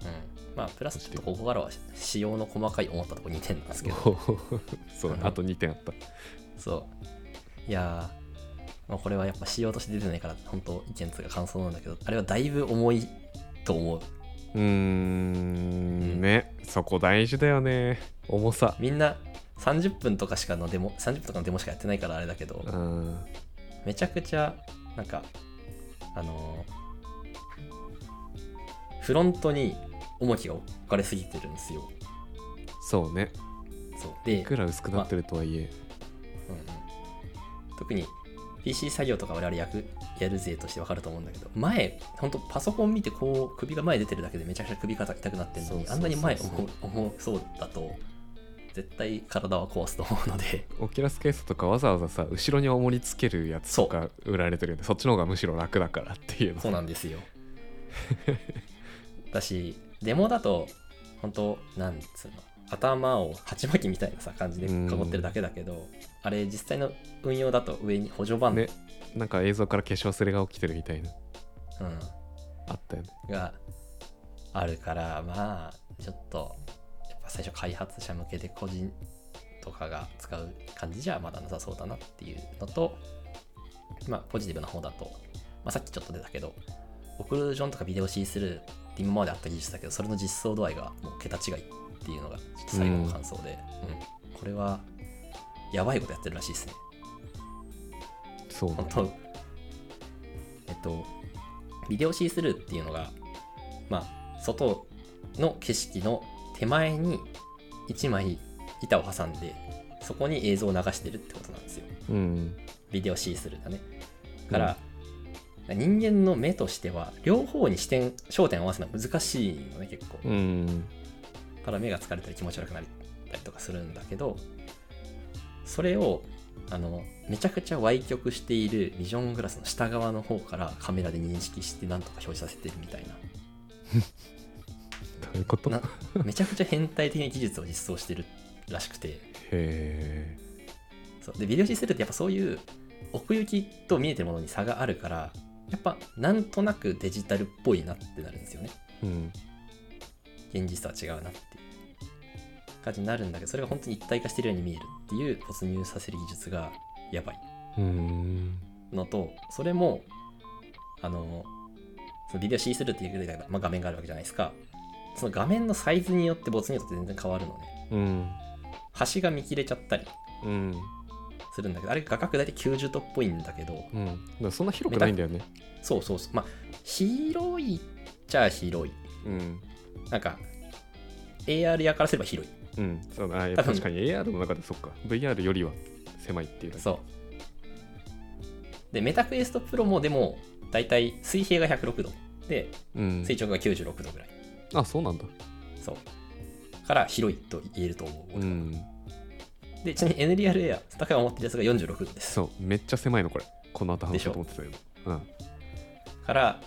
うんまあプラスちょっとここからは仕様の細かい思ったとこ2点なんですけど
おーそ う
あの
あと2点あった
そういやー、まあ、これはやっぱ仕様として出てないから本当意見つうか感想なんだけどあれはだいぶ重いと思う
うーんねそこ大事だよね重さ
みんな30分とかしかのデモ30分とかのデモしかやってないからあれだけど
うん
めちゃくちゃなんかあのーフロントに重きが置かれすぎてるんですよ
そうね
そうで
いくら薄くなってるとはいえ、
うんうん特に PC 作業とか我々やくやるぜとして分かると思うんだけど前ほんとパソコン見てこう首が前出てるだけでめちゃくちゃ首が痛くなってるの
そう
に
そうそうそう
あんなに前重重そうだと絶対体は壊すと思うの で
オキュラスケースとかわざわざさ後ろに重りつけるやつとか売られてるんでそっちの方がむしろ楽だからっていうの
そうなんですよだしデモだと本当なんつうの頭を鉢巻きみたいなさ感じで囲ってるだけだけどあれ実際の運用だと上に補助バンド、
ねなんか映像から化粧すれが起きてるみたいな
うん、
あったよね
があるからまあちょっとやっぱ最初開発者向けで個人とかが使う感じじゃまだなさそうだなっていうのとまあポジティブな方だと、まあ、さっきちょっと出たけどオクルージョンとかビデオシースルーって今まであった技術だけどそれの実装度合いがもう桁違いっていうのがちょっと最後の感想で、うんこれはやばいことやってるらしいですね
そうね
本当えっとビデオシースルーっていうのがまあ外の景色の手前に1枚板を挟んでそこに映像を流してるってことなんですよ
うん
ビデオシースルーだねから、人間の目としては両方に視点焦点を合わせるのは難しいのね結構
うん
から目が疲れたり気持ち悪くなったりとかするんだけどそれをあのめちゃくちゃ歪曲しているビジョングラスの下側の方からカメラで認識してなんとか表示させてるみたいな
どういうこと
なめちゃくちゃ変態的な技術を実装してるらしくて
へ
そうでビデオシスルってやっぱそういう奥行きと見えてるものに差があるからやっぱなんとなくデジタルっぽいなってなるんですよね
えうん
現実とは違うなっていう感じになるんだけどそれが本当に一体化してるように見えるっていう没入させる技術がやばい
うん
のとそれもあのそのビデオ C スルーっていう、まあ、画面があるわけじゃないですかその画面のサイズによってボツによって全然変わるのね
うん
端が見切れちゃったり
うん
するんだけどあれ画角大体90度っぽいんだけど
うんだからそんな広くないんだよね
そうそうそうまあ広いっちゃ広い
うん
なんか AR やからすれば広い
うんそうだあいや
多分
確かに AR の中でそっか VR よりは狭いっていうだけ
そうでメタクエストプロもでも大体水平が106度で
うん
垂直が96度ぐらい
あそうなんだ
そうから広いと言えると思う、
うん
でちなみに N リアルエア高い思ってるやつが46度です
そうめっちゃ狭いのこれこの後話
でしょ
そうと思ってたけどうん
から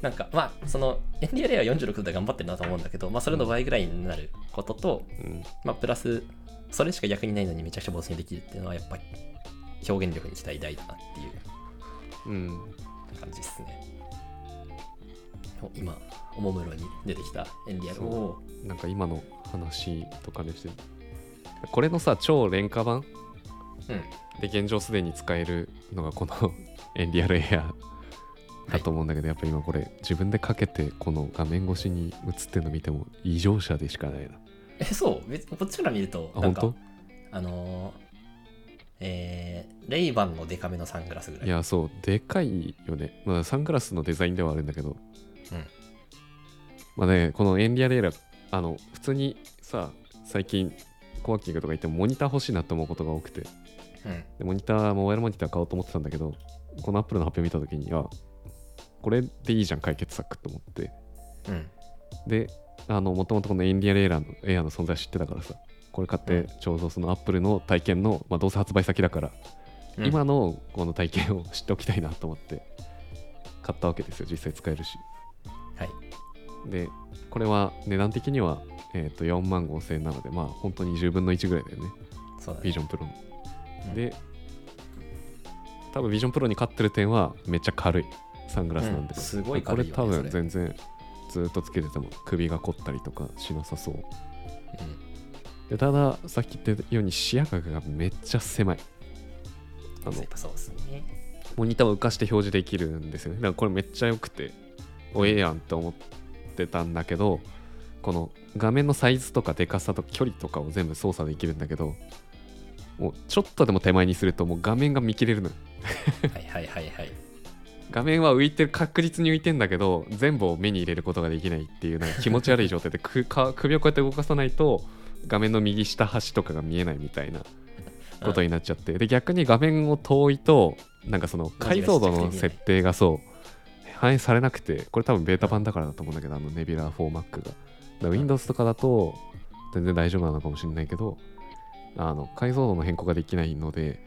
なんかまあその N リアルエアは46度で頑張ってるなと思うんだけど、まあ、それの倍ぐらいになることと、
うん
まあ、プラスそれしか逆にないのにめちゃくちゃボスにできるっていうのはやっぱり表現力に期待大だなっていう
うん
感じですね。お今、おもむろに出てきたエンディアルを、
なんか今の話と関連してるこれのさ超廉価版
うん、
で現状すでに使えるのがこの エンリアルエアだと思うんだけど、やっぱ今これ自分でかけてこの画面越しに映ってるの見ても異常者でしかないな
え、そう、別こっちから見ると、
あ
なん
本
か
当、
あのーえーレイバンのデカめのサングラスぐらい。
いやそうでかいよねまあサングラスのデザインではあるんだけど、まあねこのエンリアルエアあの普通にさ最近コワーキングとか行ってもモニター欲しいなって思うことが多くて
うん、
でモニターモバイルモニター買おうと思ってたんだけどこのアップルの発表見た時にあこれでいいじゃん解決策と思って
うん、
であのもともとこのエンディアルエアのエアの存在知ってたからさこれ買っ
う
て
ん
ちょうどそのアップルの体験の、まあ、どうせ発売先だから、
うん
今のこの体験を 知っておきたいなと思って買ったわけですよ実際使えるし
はい、
でこれは値段的には、えー、と4万5000円なのでまあ本当に10分の1ぐらいだよね
そうだ
ビ
ね
ジ。ョンプロの、
うん
で多分ビジョンプロに勝ってる点はめっちゃ軽いサングラスなんで、
うんすごい軽いよね
これ多
そ
分
れ
全然ずっとつけてても首が凝ったりとかしなさそうでたださっき言ったように視野角がめっちゃ狭いあ
うん、そ
の
うやっぱそうですね。
モニターを浮かして表示できるんですよねだからこれめっちゃ良くておええやんって思ってたんだけどこの画面のサイズとかでかさと距離とかを全部操作できるんだけどもうちょっとでも手前にするともう画面が見切れるのよ
はいはいはいはい。
画面は浮いてる確実に浮いてんだけど全部を目に入れることができないっていうなんか気持ち悪い状態でく か首をこうやって動かさないと画面の右下端とかが見えないみたいなことになっちゃって、で逆に画面を遠いとなんかその解像度の設定がそう反映されなくてこれ多分ベータ版だからだと思うんだけどあのネビュラー 4Mac がだから
ん
Windows とかだと全然大丈夫なのかもしれないけどあの解像度の変更ができないので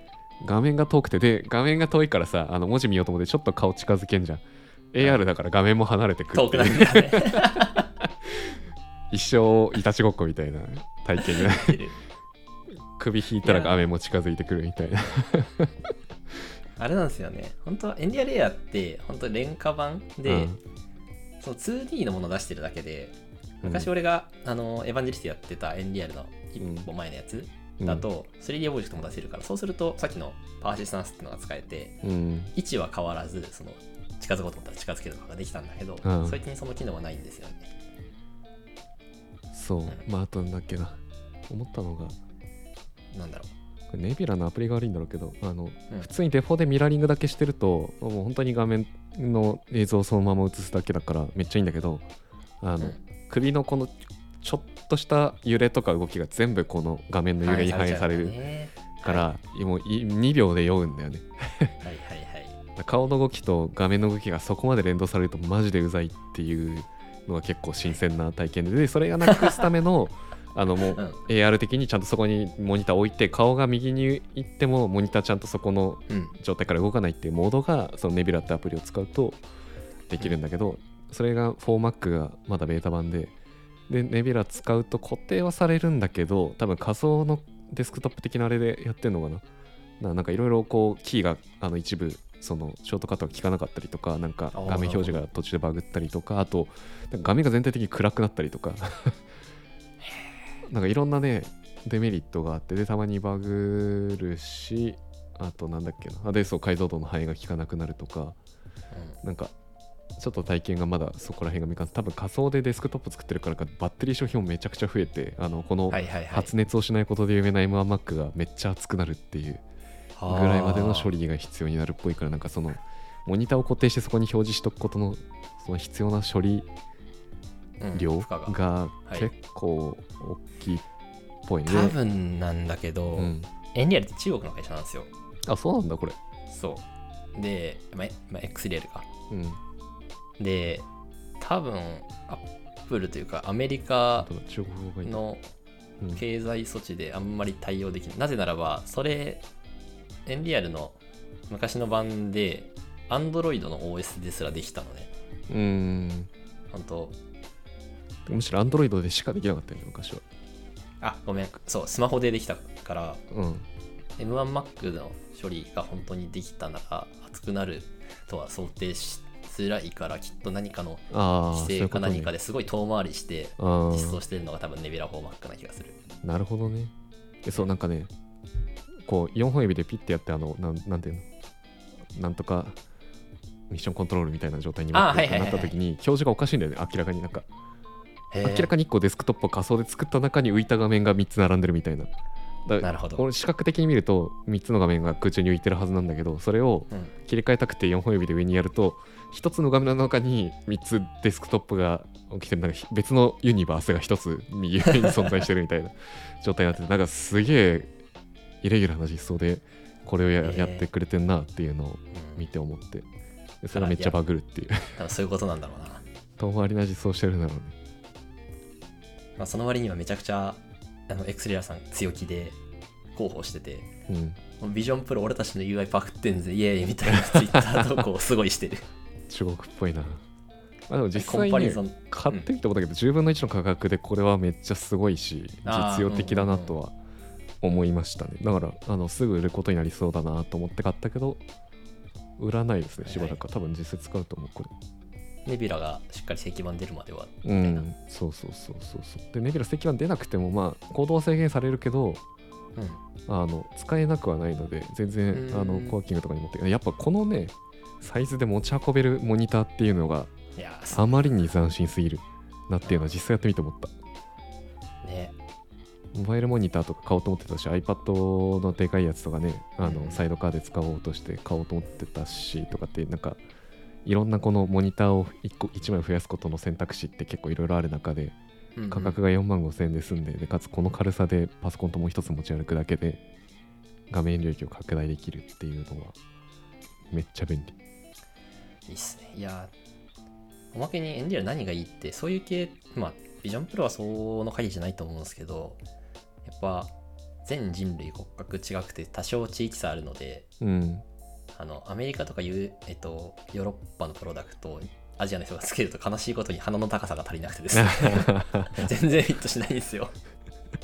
画面が遠くてで画面が遠いからさあの文字見ようと思ってちょっと顔近づけんじゃん AR だから画面も離れてくる
遠
って
く
いう
なるからね。
一生いたちごっこみたいな体験 になる首引いたら画面も近づいてくるみたいな
あれなんですよね。本当はエンディアルエアって、本当廉価版で、
うん
その 2D のものを出してるだけで、昔俺が、あのエヴァンジェリストやってたエンリアルの一歩前のやつだと 3D オブジェクトも出せるから、そうするとさっきのパーシスタンスっていうのが使えて
うん
位置は変わらずその近づこうと思ったら近づけるとかができたんだけど、
うん
そいつにその機能はないんですよね。
そう、
ん
まああとなんだっけな思ったのがこ
なんだろ
れネビュラのアプリが悪いんだろうけどあの、
うん
普通にデフォでミラーリングだけしてるともう本当に画面の映像をそのまま映すだけだからめっちゃいいんだけどあ
う。
の、
うん
首のこのちょっとした揺れとか動きが全部この画面の揺れに反映され
反映ち
る
ゃうんだね
から、もうい2秒で酔うんだよね
はいはいはい。
だから顔の動きと画面の動きがそこまで連動されるとマジでうざいっていうのが結構新鮮な体験ででそれがなくすための あの
う
もう
ん
AR 的にちゃんとそこにモニター置いて顔が右に行ってもモニターちゃんとそこの
うん
状態から動かないっていうモードがそのネビュラってアプリを使うとできるんだけどそれが 4Mac がまだベータ版ででネビュラ使うと固定はされるんだけど多分仮想のデスクトップ的なあれでやってんのかなななんかいろいろこうキーがあの一部そのショートカットが効かなかったりとかなんか
あー
画面表示が途中でバグったりとかあとなんか画面が全体的に暗くなったりとかなんかいろんなねデメリットがあってでたまにバグるしあとなんだっけなアデースを解像度の範囲が効かなくなるとかなんかちょっと体験がまだそこら辺が未完成多分仮想でデスクトップ作ってるからかバッテリー消費もめちゃくちゃ増えてあのこ
う
の
ん、はいはいはい
発熱をしないことで有名な M1Mac がめっちゃ熱くなるっていう
ぐ
ぐらいまでの処理が必要になるっぽいからなんかそのモニターを固定してそこに表示しとくことのその必要な処理量
が
が
はい
結構大きいっぽいね。
多分なんだけど、
うん、
エンリアルって中国の会社なんですよ
あそうなんだこれ。
そうで、まあまあ、X リアルか
うん、
で多分アップルというかアメリカ
ただ中国語がいい。
の
うん
経済措置であんまり対応できないなぜならばそれエンリアルの昔の版で Android の OS ですらできたのね
うん
本当
むしろ Android でしかできなかったよね昔は。
あごめんそうスマホでできたから
うん、
M1Mac の処理が本当にできたなら熱くなるとは想定しづらいからきっと何かの
ああそう
規
い
制
うこ
か
と
何
ね
か。ですごい遠回りして
あ
実
ー
装してるのが多分ネビュラ 4Mac な気がする
なるほどね。えそうなんかねこう4本指でピッてやってあのなんなんていうのなんとかミッションコントロールみたいな状態に
あー
なっ
はい
て
はいはいは
な
い
った時に表示がおかしいんだよね明らかになんか
へ
明らかに1個デスクトップを仮想で作った中に浮いた画面が3つ並んでるみたいな。だ
なるほど
これ視覚的に見ると3つの画面が空中に浮いてるはずなんだけどそれを
うん
切り替えたくて4本指で上にやると1つの画面の中に3つデスクトップが起きてるなんか別のユニバースが1つ右上に存在してるみ たいな状態になっててなんかすげえイレギュラーな実装でこれをや,、
えー
やってくれてんなっていうのを
うん
見て思ってでそれがめっちゃバグるっていう
多分そういうことなんだろうな、ま
遠回りな実装してるんだろうね
あ、その割にはめちゃくちゃあのエクスリアさん強気で広報してて
うん
このビジョンプロ俺たちの UI パクってんぜイエーイみたいな ツイッター投稿をすごいしてる
中国っぽいなあでも実
コン
際
パリ
に
ゾン
買ってみて思ったけど、10分の1の価格でこれはめっちゃすごいし
あー
実用的だなとは思いましたね、だからあのすぐ売ることになりそうだなと思って買ったけど売らないですね
はい
しばらくは多分実際使うと思うこ
ネビュラがしっかり石板出るまでは
れうんそうそうそうそうそうでネビュラ石は出なくてもまあ行動は制限されるけど
うん
あの使えなくはないので全然
うん
あのコワーキングとかに持ってやっぱこのねサイズで持ち運べるモニターっていうのが
いやーそ
あまりに斬新すぎるなっていうのは実際やってみて思った
うね
モバイルモニターとか買おうと思ってたし iPad のでかいやつとかねあの、
うん
サイドカーで使おうとして買おうと思ってたしとかってなんかいろんなこのモニターを 1, 個1枚増やすことの選択肢って結構いろいろある中で
うんうん
価格が4万5000円で済んででかつこの軽さでパソコンともう一つ持ち歩くだけで画面領域を拡大できるっていうのはめっちゃ便利
いいっすねいやーおまけにエンディアル何がいいってそういう系まあビジョンプロはその限りじゃないと思うんですけどやっぱ全人類骨格違くて多少地域差あるので
うん
あのアメリカとかいう、えっと、ヨーロッパのプロダクトをアジアの人がつけると悲しいことに鼻の高さが足りなくてですね 全然フィットしないんですよ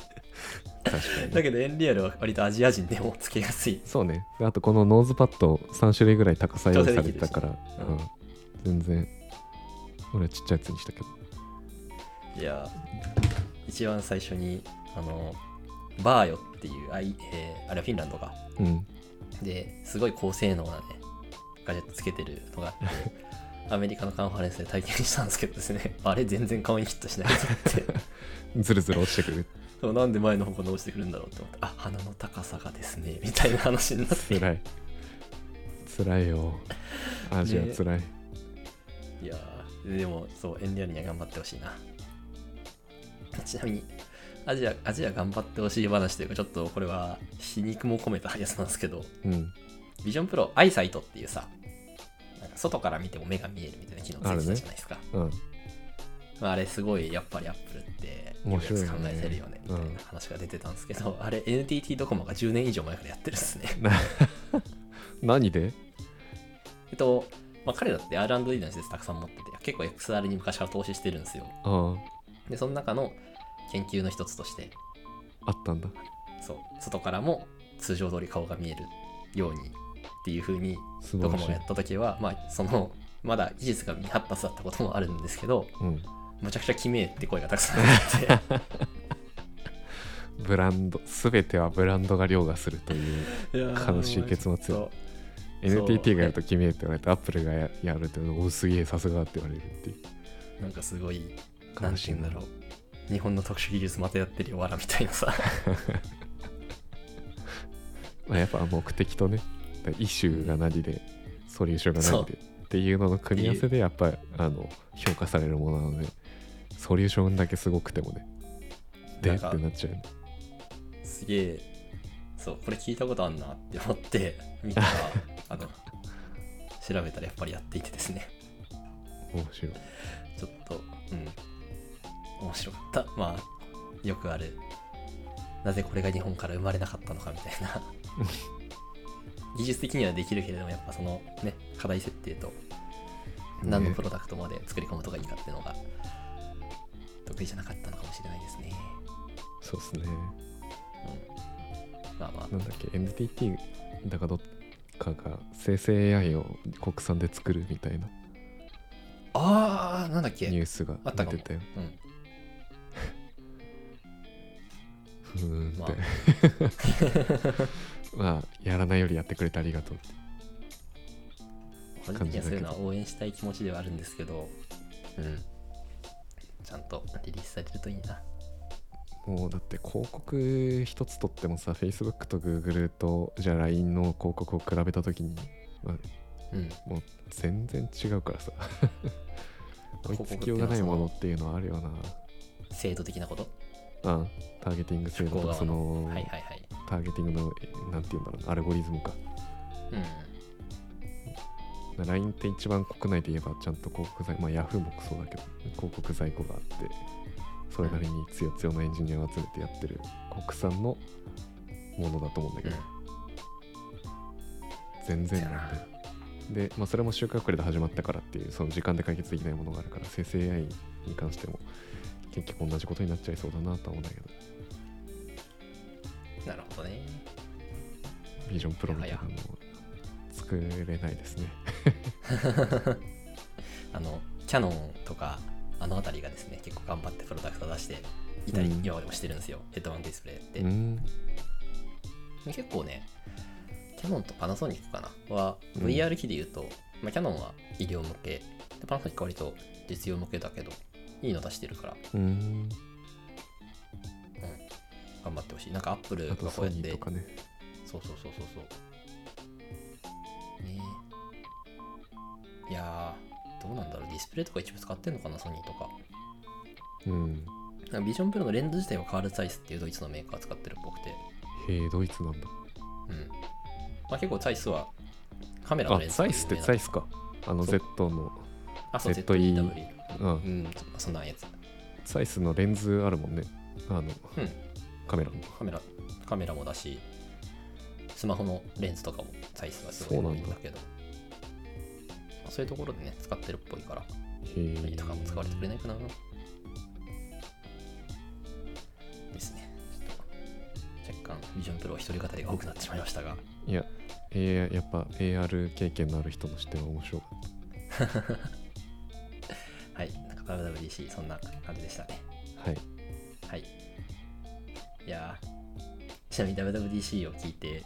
確か
だ
に
けどエンリアルは割とアジア人でもつけやすい
そうねであとこのノーズパッド3種類ぐらい高さ用意されてたから、
調
うん全然俺はちっちゃいやつにしたけど
いや一番最初にあのバーヨっていうあい、えーあれはフィンランドか
うん
ですごい高性能なねガジェットつけてるのがあってアメリカのカンファレンスで体験したんですけどですね あれ全然顔にヒットしないと思って
ずるずる落ちてく る
そうなんで前の方向に落ちてくるんだろうって思ってあ鼻の高さがですねみたいな話にな って
つらいつらいよアジアつらい、
いやーでもそうエンディアルには頑張ってほしいなちなみにアジアアジア頑張ってほしい話というかちょっとこれは皮肉も込めたやつなんですけど
うん
ビジョンプロアイサイトっていうさなんか外から見ても目が見えるみたいな機能ついてたじゃないですかまあ
うん
あ,、れすごいやっぱりアップルって
面白いよ
考
ね
えてるよねみたい
うん
な話が出てたんですけど、あれ NTT ドコモが10年以上前からやってるっすね
何で
えっと、まあ、彼だって R&D の施設たくさん持ってて結構 XR に昔から投資してるんですよ
あ
でその中の研究の一つとして
ああったんだ
そう外からも通常通り顔が見えるようにっていう風に
素
ドコ
晴ら
モ
し
が
い
やった時はまあそのまだ技術が未発達だったこともあるんですけど
うん
むちゃくちゃ「きめえ」って声がたくさんあって
ブランド全てはブランドが凌駕する という悲しい結末
そう
NTT がやると君へって言われてアップルがややるっておうすげえさすがって言われるっていう
なんかすごいなん
悲
て
しい
言うんだろう日本の特殊技術またやってるよわらみたいなさ
まあ、やっぱ目的とねイシューが何でソリューションが何でっていうのの組み合わせでやっぱりあの評価されるものなのでソリューションだけすごくてもね
なん
でって
か
なっちゃうね
すげえそうこれ聞いたことあんなって思 って見たらあの調べたらやっぱりやっていてですね
面白い
ちょっとうん面白かったまあよくあるなぜこれが日本から生まれなかったのかみたい な技術的にはできるけれどもやっぱそのね課題設定と何のプロダクトまで作り込むとがいいかっていうのが得意じゃなかったのかもしれないですね。
そうですね
うん、まあまあ
なんだっけ NTT だかどっかが生成 AI を国産で作るみたいな。
ああーなんだっけ
ニュースが
あった
出
かも
てたよ
うん、
ふーんって
まあ
まあやらないよりやってくれてありがとうって
個人的にはそういうのは応援したい気持ちではあるんですけど、うん、ちゃんとリリースされるといいな。
もうだって広告一つとってもさ Facebook と Google とじゃあ LINE の広告を比べた時に
うん
全然違 うからさ追いつきようがないものっていうのはあるよな
制度的なこと
あターゲティング制度とかそ
そこ
の、
はいはいはい。
ターゲティングのなんていうんだろうなアルゴリズムか
うん。
LINE って一番国内で言えばちゃんと広告在まあ Yahoo もそうだけど広告在庫があってそれなりに強強なエンジニアを集めてやってる国産のものだと思うんだけ
うん
ど、全然なんだよで、まあ、それも週間遅れで始まったからっていうその時間で解決できないものがあるから生成 AI に関しても結局同じことになっちゃいそうだなとは思うんだけど
なるほどね。
ビジョンプロみたいなのを作れないですね
あの、キャノンとか、あのあたりがですね、結構頑張ってプロダクト出していたり、
うん
今までもしてるんですよ。ヘッドマウントディスプレイって
う。ん
結構ね、キャノンとパナソニックかなは、
うん
VR 機で言うと、まあ、キャノンは医療向け、でパナソニックは割と実用向けだけど、いいの出してるから、
うん
頑張ってほしい。なんかアップル
あ
が
と
こう
ソ
やっ
ニー
て
と、かね
そうそうそうそうそう。ねえ。いやー、どうなんだろう。ディスプレイとか一部使ってんのかな、ソニーとか。
うん
なんかビジョンプロのレンズ自体はカール・サイスっていうドイツのメーカー使ってるっぽくて。
へえドイツなん
うん。
だ
まあ結構サイスはカメラの
あ
レンズ
サイスって
有名な
サイスかあの
そう
Z の
あ、そう、
ZE
ZEW。
うん
うん、そそんなやつ。
サイスのレンズあるもんねあの
うん。
カメラの
カメラ、カメラもだし、スマホのレンズとかもサイズがすごい
そうな
多い
んだ
んだけど。まあそういうところでね、使ってるっぽいから、
へ
いい
え
とかも使われてくれないかな。ですね。ちょっと若干、ビジョンプロは一人語りが多くなってしまいましたが、
いや、A、やっぱ AR 経験のある人としては面白かっ
はい、なんか WWDC、そんな感じでしたね。
た。はい。
はい。いやーちなみに WWDC を聞いて、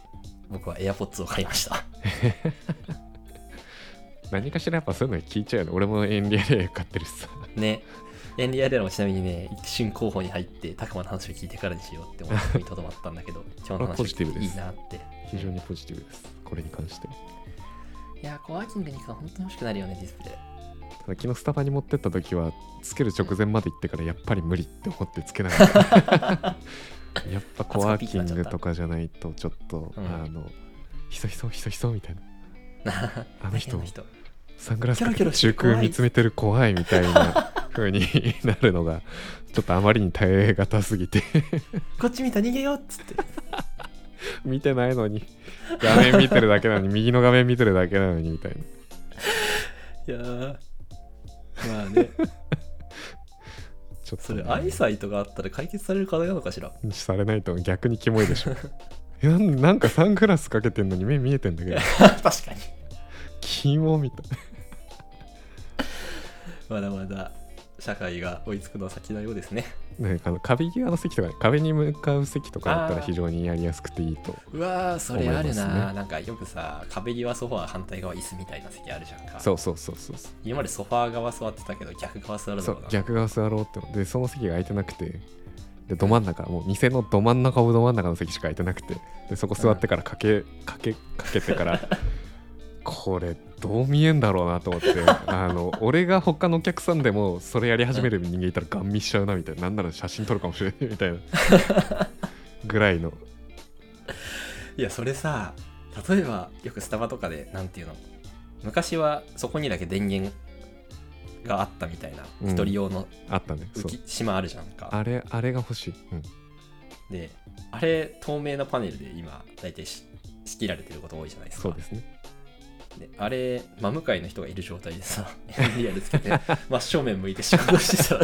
僕は AirPods を買いました。
何かしらやっぱそういうの聞いちゃうよね。俺もエンリアレイ買ってるしさ。
ね。エンリアレラもちなみにね、一瞬候補に入って、たくまの話を聞いてからにしようって思って踏みとどまったんだけど、今日の話を聞いていいなって。
非常にポジティブです。これに関しては。
いやー、コワーキングに行くの本当に欲しくなるよね、ディスプレイ。
ただ昨日スタバに持ってった時は、つける直前まで行ってからやっぱり無理って思ってつけな かった。やっぱコワーキングとかじゃないとちょっと、
うん
あの、ひそひそひそひそみたいな。 あの人
変な人。
サングラス
キョロ
か
キョ
け
ロ
て
して
中
怖い
空見つめてる怖いみたいな風に なるのが、ちょっとあまりに耐え難すぎて
こっち見た、逃げようっつって。
見てないのに画面見てるだけなのに右の画面見てるだけなのにみたいない
やー。まあね、
ちょっ
そ
とね、
れ、アイサイトがあったら解決される課題なのかしら。
されないと逆にキモいでしょえ なんなんかサングラスかけてんのに目見えてんだけど
確 かに。
キモみたい
まだまだ、社会が追いつくのは先のようですね。
なんかあの壁際の席とかね壁に向かう席とかだったら
あー
非常にやりやすくていいと
うわー、それある
思います
な、
ね
なんかよくさ、壁際ソファー反対側椅子みたいな席あるじゃんか。
そうそうそうそうそう
今までソファー側座ってたけど、逆側座る
そ
の
う
かな。
逆側座ろうって思ってでその席が空いてなくてでど真ん中もう店のど真ん中をど真ん中の席しか空いてなくてでそこ座ってからかけかけかけてから これどう見えんだろうなと思って あの俺が他のお客さんでもそれやり始める人間いたらガン見しちゃうなみたいななんなら写真撮るかもしれないみたいなぐらいの
いや、それさ、例えばよくスタバとかで、なんていうの、昔はそこにだけ電源があったみたいな、
うん
一人用の
あったねそ
浮
う
き島あるじゃんか。
あれあれが欲しい、うん、
であれ透明なパネルで今大体し仕切られてること多いじゃないですか
そうですね
であれ真向かいの人がいる状態でさリアルつけて 真正面向いて仕事してさ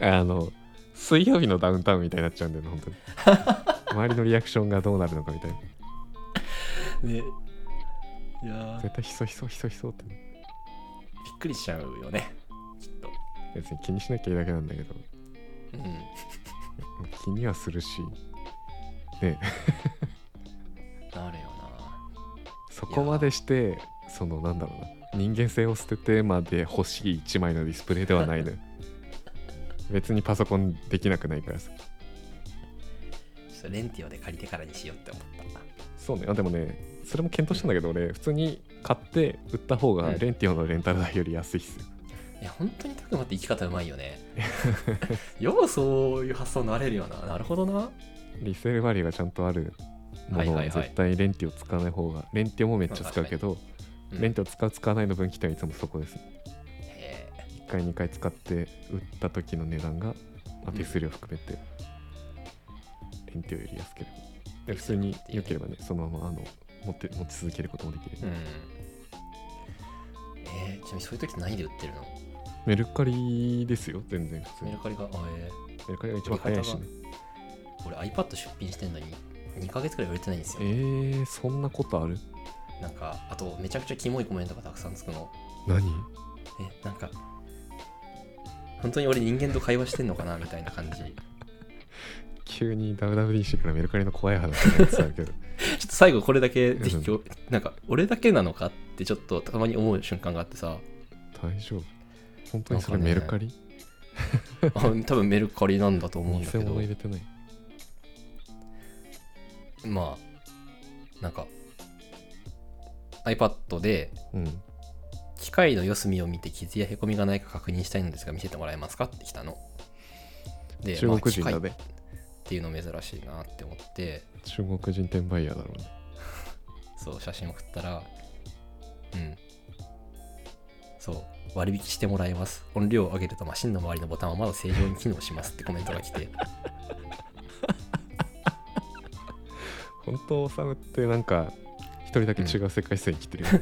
あの水曜日のダウンタウンみたいになっちゃうんだよね本当に周りのリアクションがどうなるのかみたいな
ねいやーびっ
絶対ひそひそひそひそって
くりしちゃうよねきっと
別に気にしなきゃいいだけなんだけど
うん
気にはするし
なるよ
そこまでしてそのなんだろうな人間性を捨ててまで欲しい1枚のディスプレイではない のよ別にパソコンできなくないからさ
なちょっとレンティオで借りてからにしようって思った
そうねあでもねそれも検討したんだけど俺普通に買って売った方が
うん
レンティオのレンタル代より安いっすよ
いや本当にたくまって生き方うまいよね ようそういう発想になれるよななるほどな
リセールバリューがちゃんとあるもの
はいはい
は
はい
絶対レンティを使わない方がレンティオもめっちゃ使うけど、
うん
レンティを使う使わないの分岐点はいつもそこです
へー
1回2回使って売った時の値段が、ま
う
あ、
ん
手数料含めて、レンティオより安ければで普通に良ければねそのままあの持って持ち続けることもできる、
うんえー、ちなみにそういう時って何で売ってるの
メルカリですよ全然普通に
メルカリが、あえ
メルカリが一番早いしね
ー俺 iPad 出品してんのに2ヶ月くらい売れてないんです
え
よ。
ー、そんなことある
なんか、あとめちゃくちゃキモいコメントがたくさんつくの。
何
え、なんか、本当に俺人間と会話してんのかなみたいな感じ。ちょ
急に WWDC からメルカリの怖い話になってたけど
っと最後これだけ、ぜひ今日、なんか俺だけなのかってちょっとたまに思う瞬間があってさ、
大丈夫本当にそ
な
れ
んかね
メルカリ、
あ 多分メルカリなんだと思うんだ
偽
けど
物入、れてない
まあ、なんか、iPad で、
うん
機械の四隅を見て傷やへこみがないか確認したいのですが見せてもらえますかって来たの。で
中国人
まあ
だ
機械
ね
っていうの珍しいなって思って
中国人転売ヤーだろうね
そう写真送ったらうんそう割引してもらえます音量を上げるとマシンの周りのボタンはまだ正常に機能しますってコメントが来て
本当サムってなんか一人だけ違う世界線生きてるよ、ね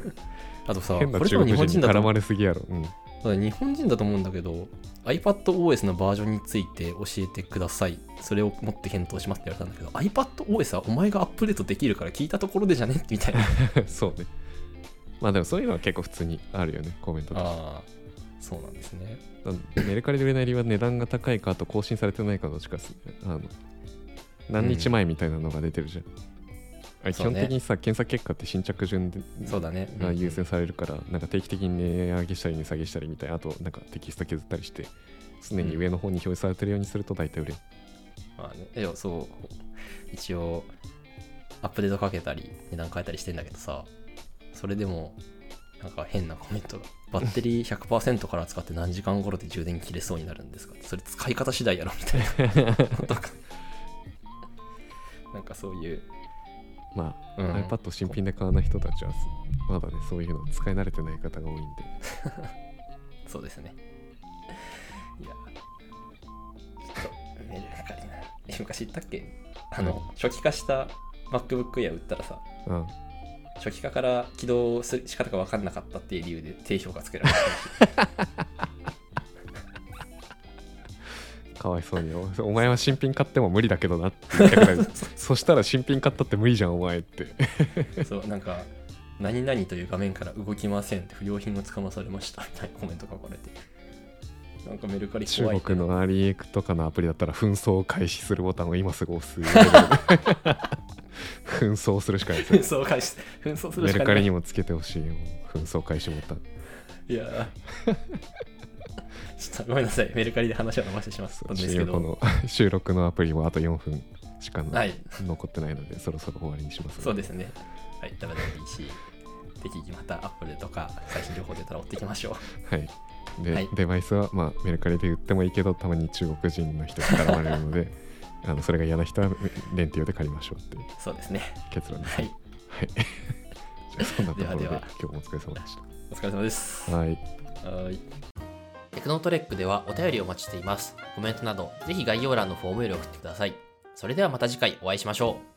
あとさ
変な
これで
中
も
国
日本
人
人
に
だと
絡
思
まれすぎやろ、うん、
う日本人だと思うんだけど iPadOS のバージョンについて教えてくださいそれを持って検討しますって言われたんだけど iPadOS はお前がアップデートできるから聞いたところでじゃねみたいな
そうねまあでもそういうのは結構普通にあるよねコメントとして
ああそうなんですね
なんメルカリで売れない理由は値段が高いかあと更新されてないかどっちかっすねあの何日前みたいなのが出てるじゃん、あれ基
そう
本
ね
的にさ、検査結果って新着順で
そうだね
が優
うん
先されるから、なんか定期的に値上げしたり値下げしたりみたいなあとなんかテキスト削ったりして常に上の方に表示されてるようにすると大体売れる、
まあねいやそう一応アップデートかけたり値段変えたりしてんだけどさそれでもなんか変なコメントがバッテリー100%から使って何時間頃で充電切れそうになるんですかそれ使い方次第やろみたいな とかなんかそういう
まあ、
うん
iPad を新品で買わない人たちはまだねそういうの使い慣れてない方が多いんで
そうですねいやちょっとメルカリなえ昔言ったっけあの、初期化した MacBook Air 売ったらさ
うん
初期化から起動する仕方が分かんなかったっていう理由で低評価つけられた
かわいそうに おお前は新品買っても無理だけどなって言いた くなるそしたら新品買ったって無理じゃんお前って
そうなんか「何々という画面から動きません」って不良品をつかまされましたみたいなコメントが書かれてなんかメルカリ怖い、
中
ね、
国のアリエクとかのアプリだったら紛争を開始するボタンを今すぐ押すレ ベルで紛争するしかないです
紛
よ
争開始紛争する
メ
し
ル
か
カ
な
リ
い
にもつけてほしいよ紛争開始ボタン
いやーちょっとごめんなさいメルカリで話を伸ばしてしまったんですけ
収録
ど
の収録のアプリもあと4分しかな
はい
残ってないのでそろそろ終わりにします
そうですねはいダラダラ PC 適宜またアップルとか最新情報出たら追っていきましょう
はいで、
はい
デバイスは、まあ、メルカリで売ってもいいけどたまに中国人の人が絡まれる のであのそれが嫌な人はレンティオで借りましょうっていう
そうですね
結論です
はい
はいじゃあそんなところで
ではでは
今日もお疲れ様でし
お疲れ様です
たはい
はいテクノトレックではお便りをお待ちしていますコメントなどぜひ概要欄のフォームより送ってくださいそれではまた次回お会いしましょう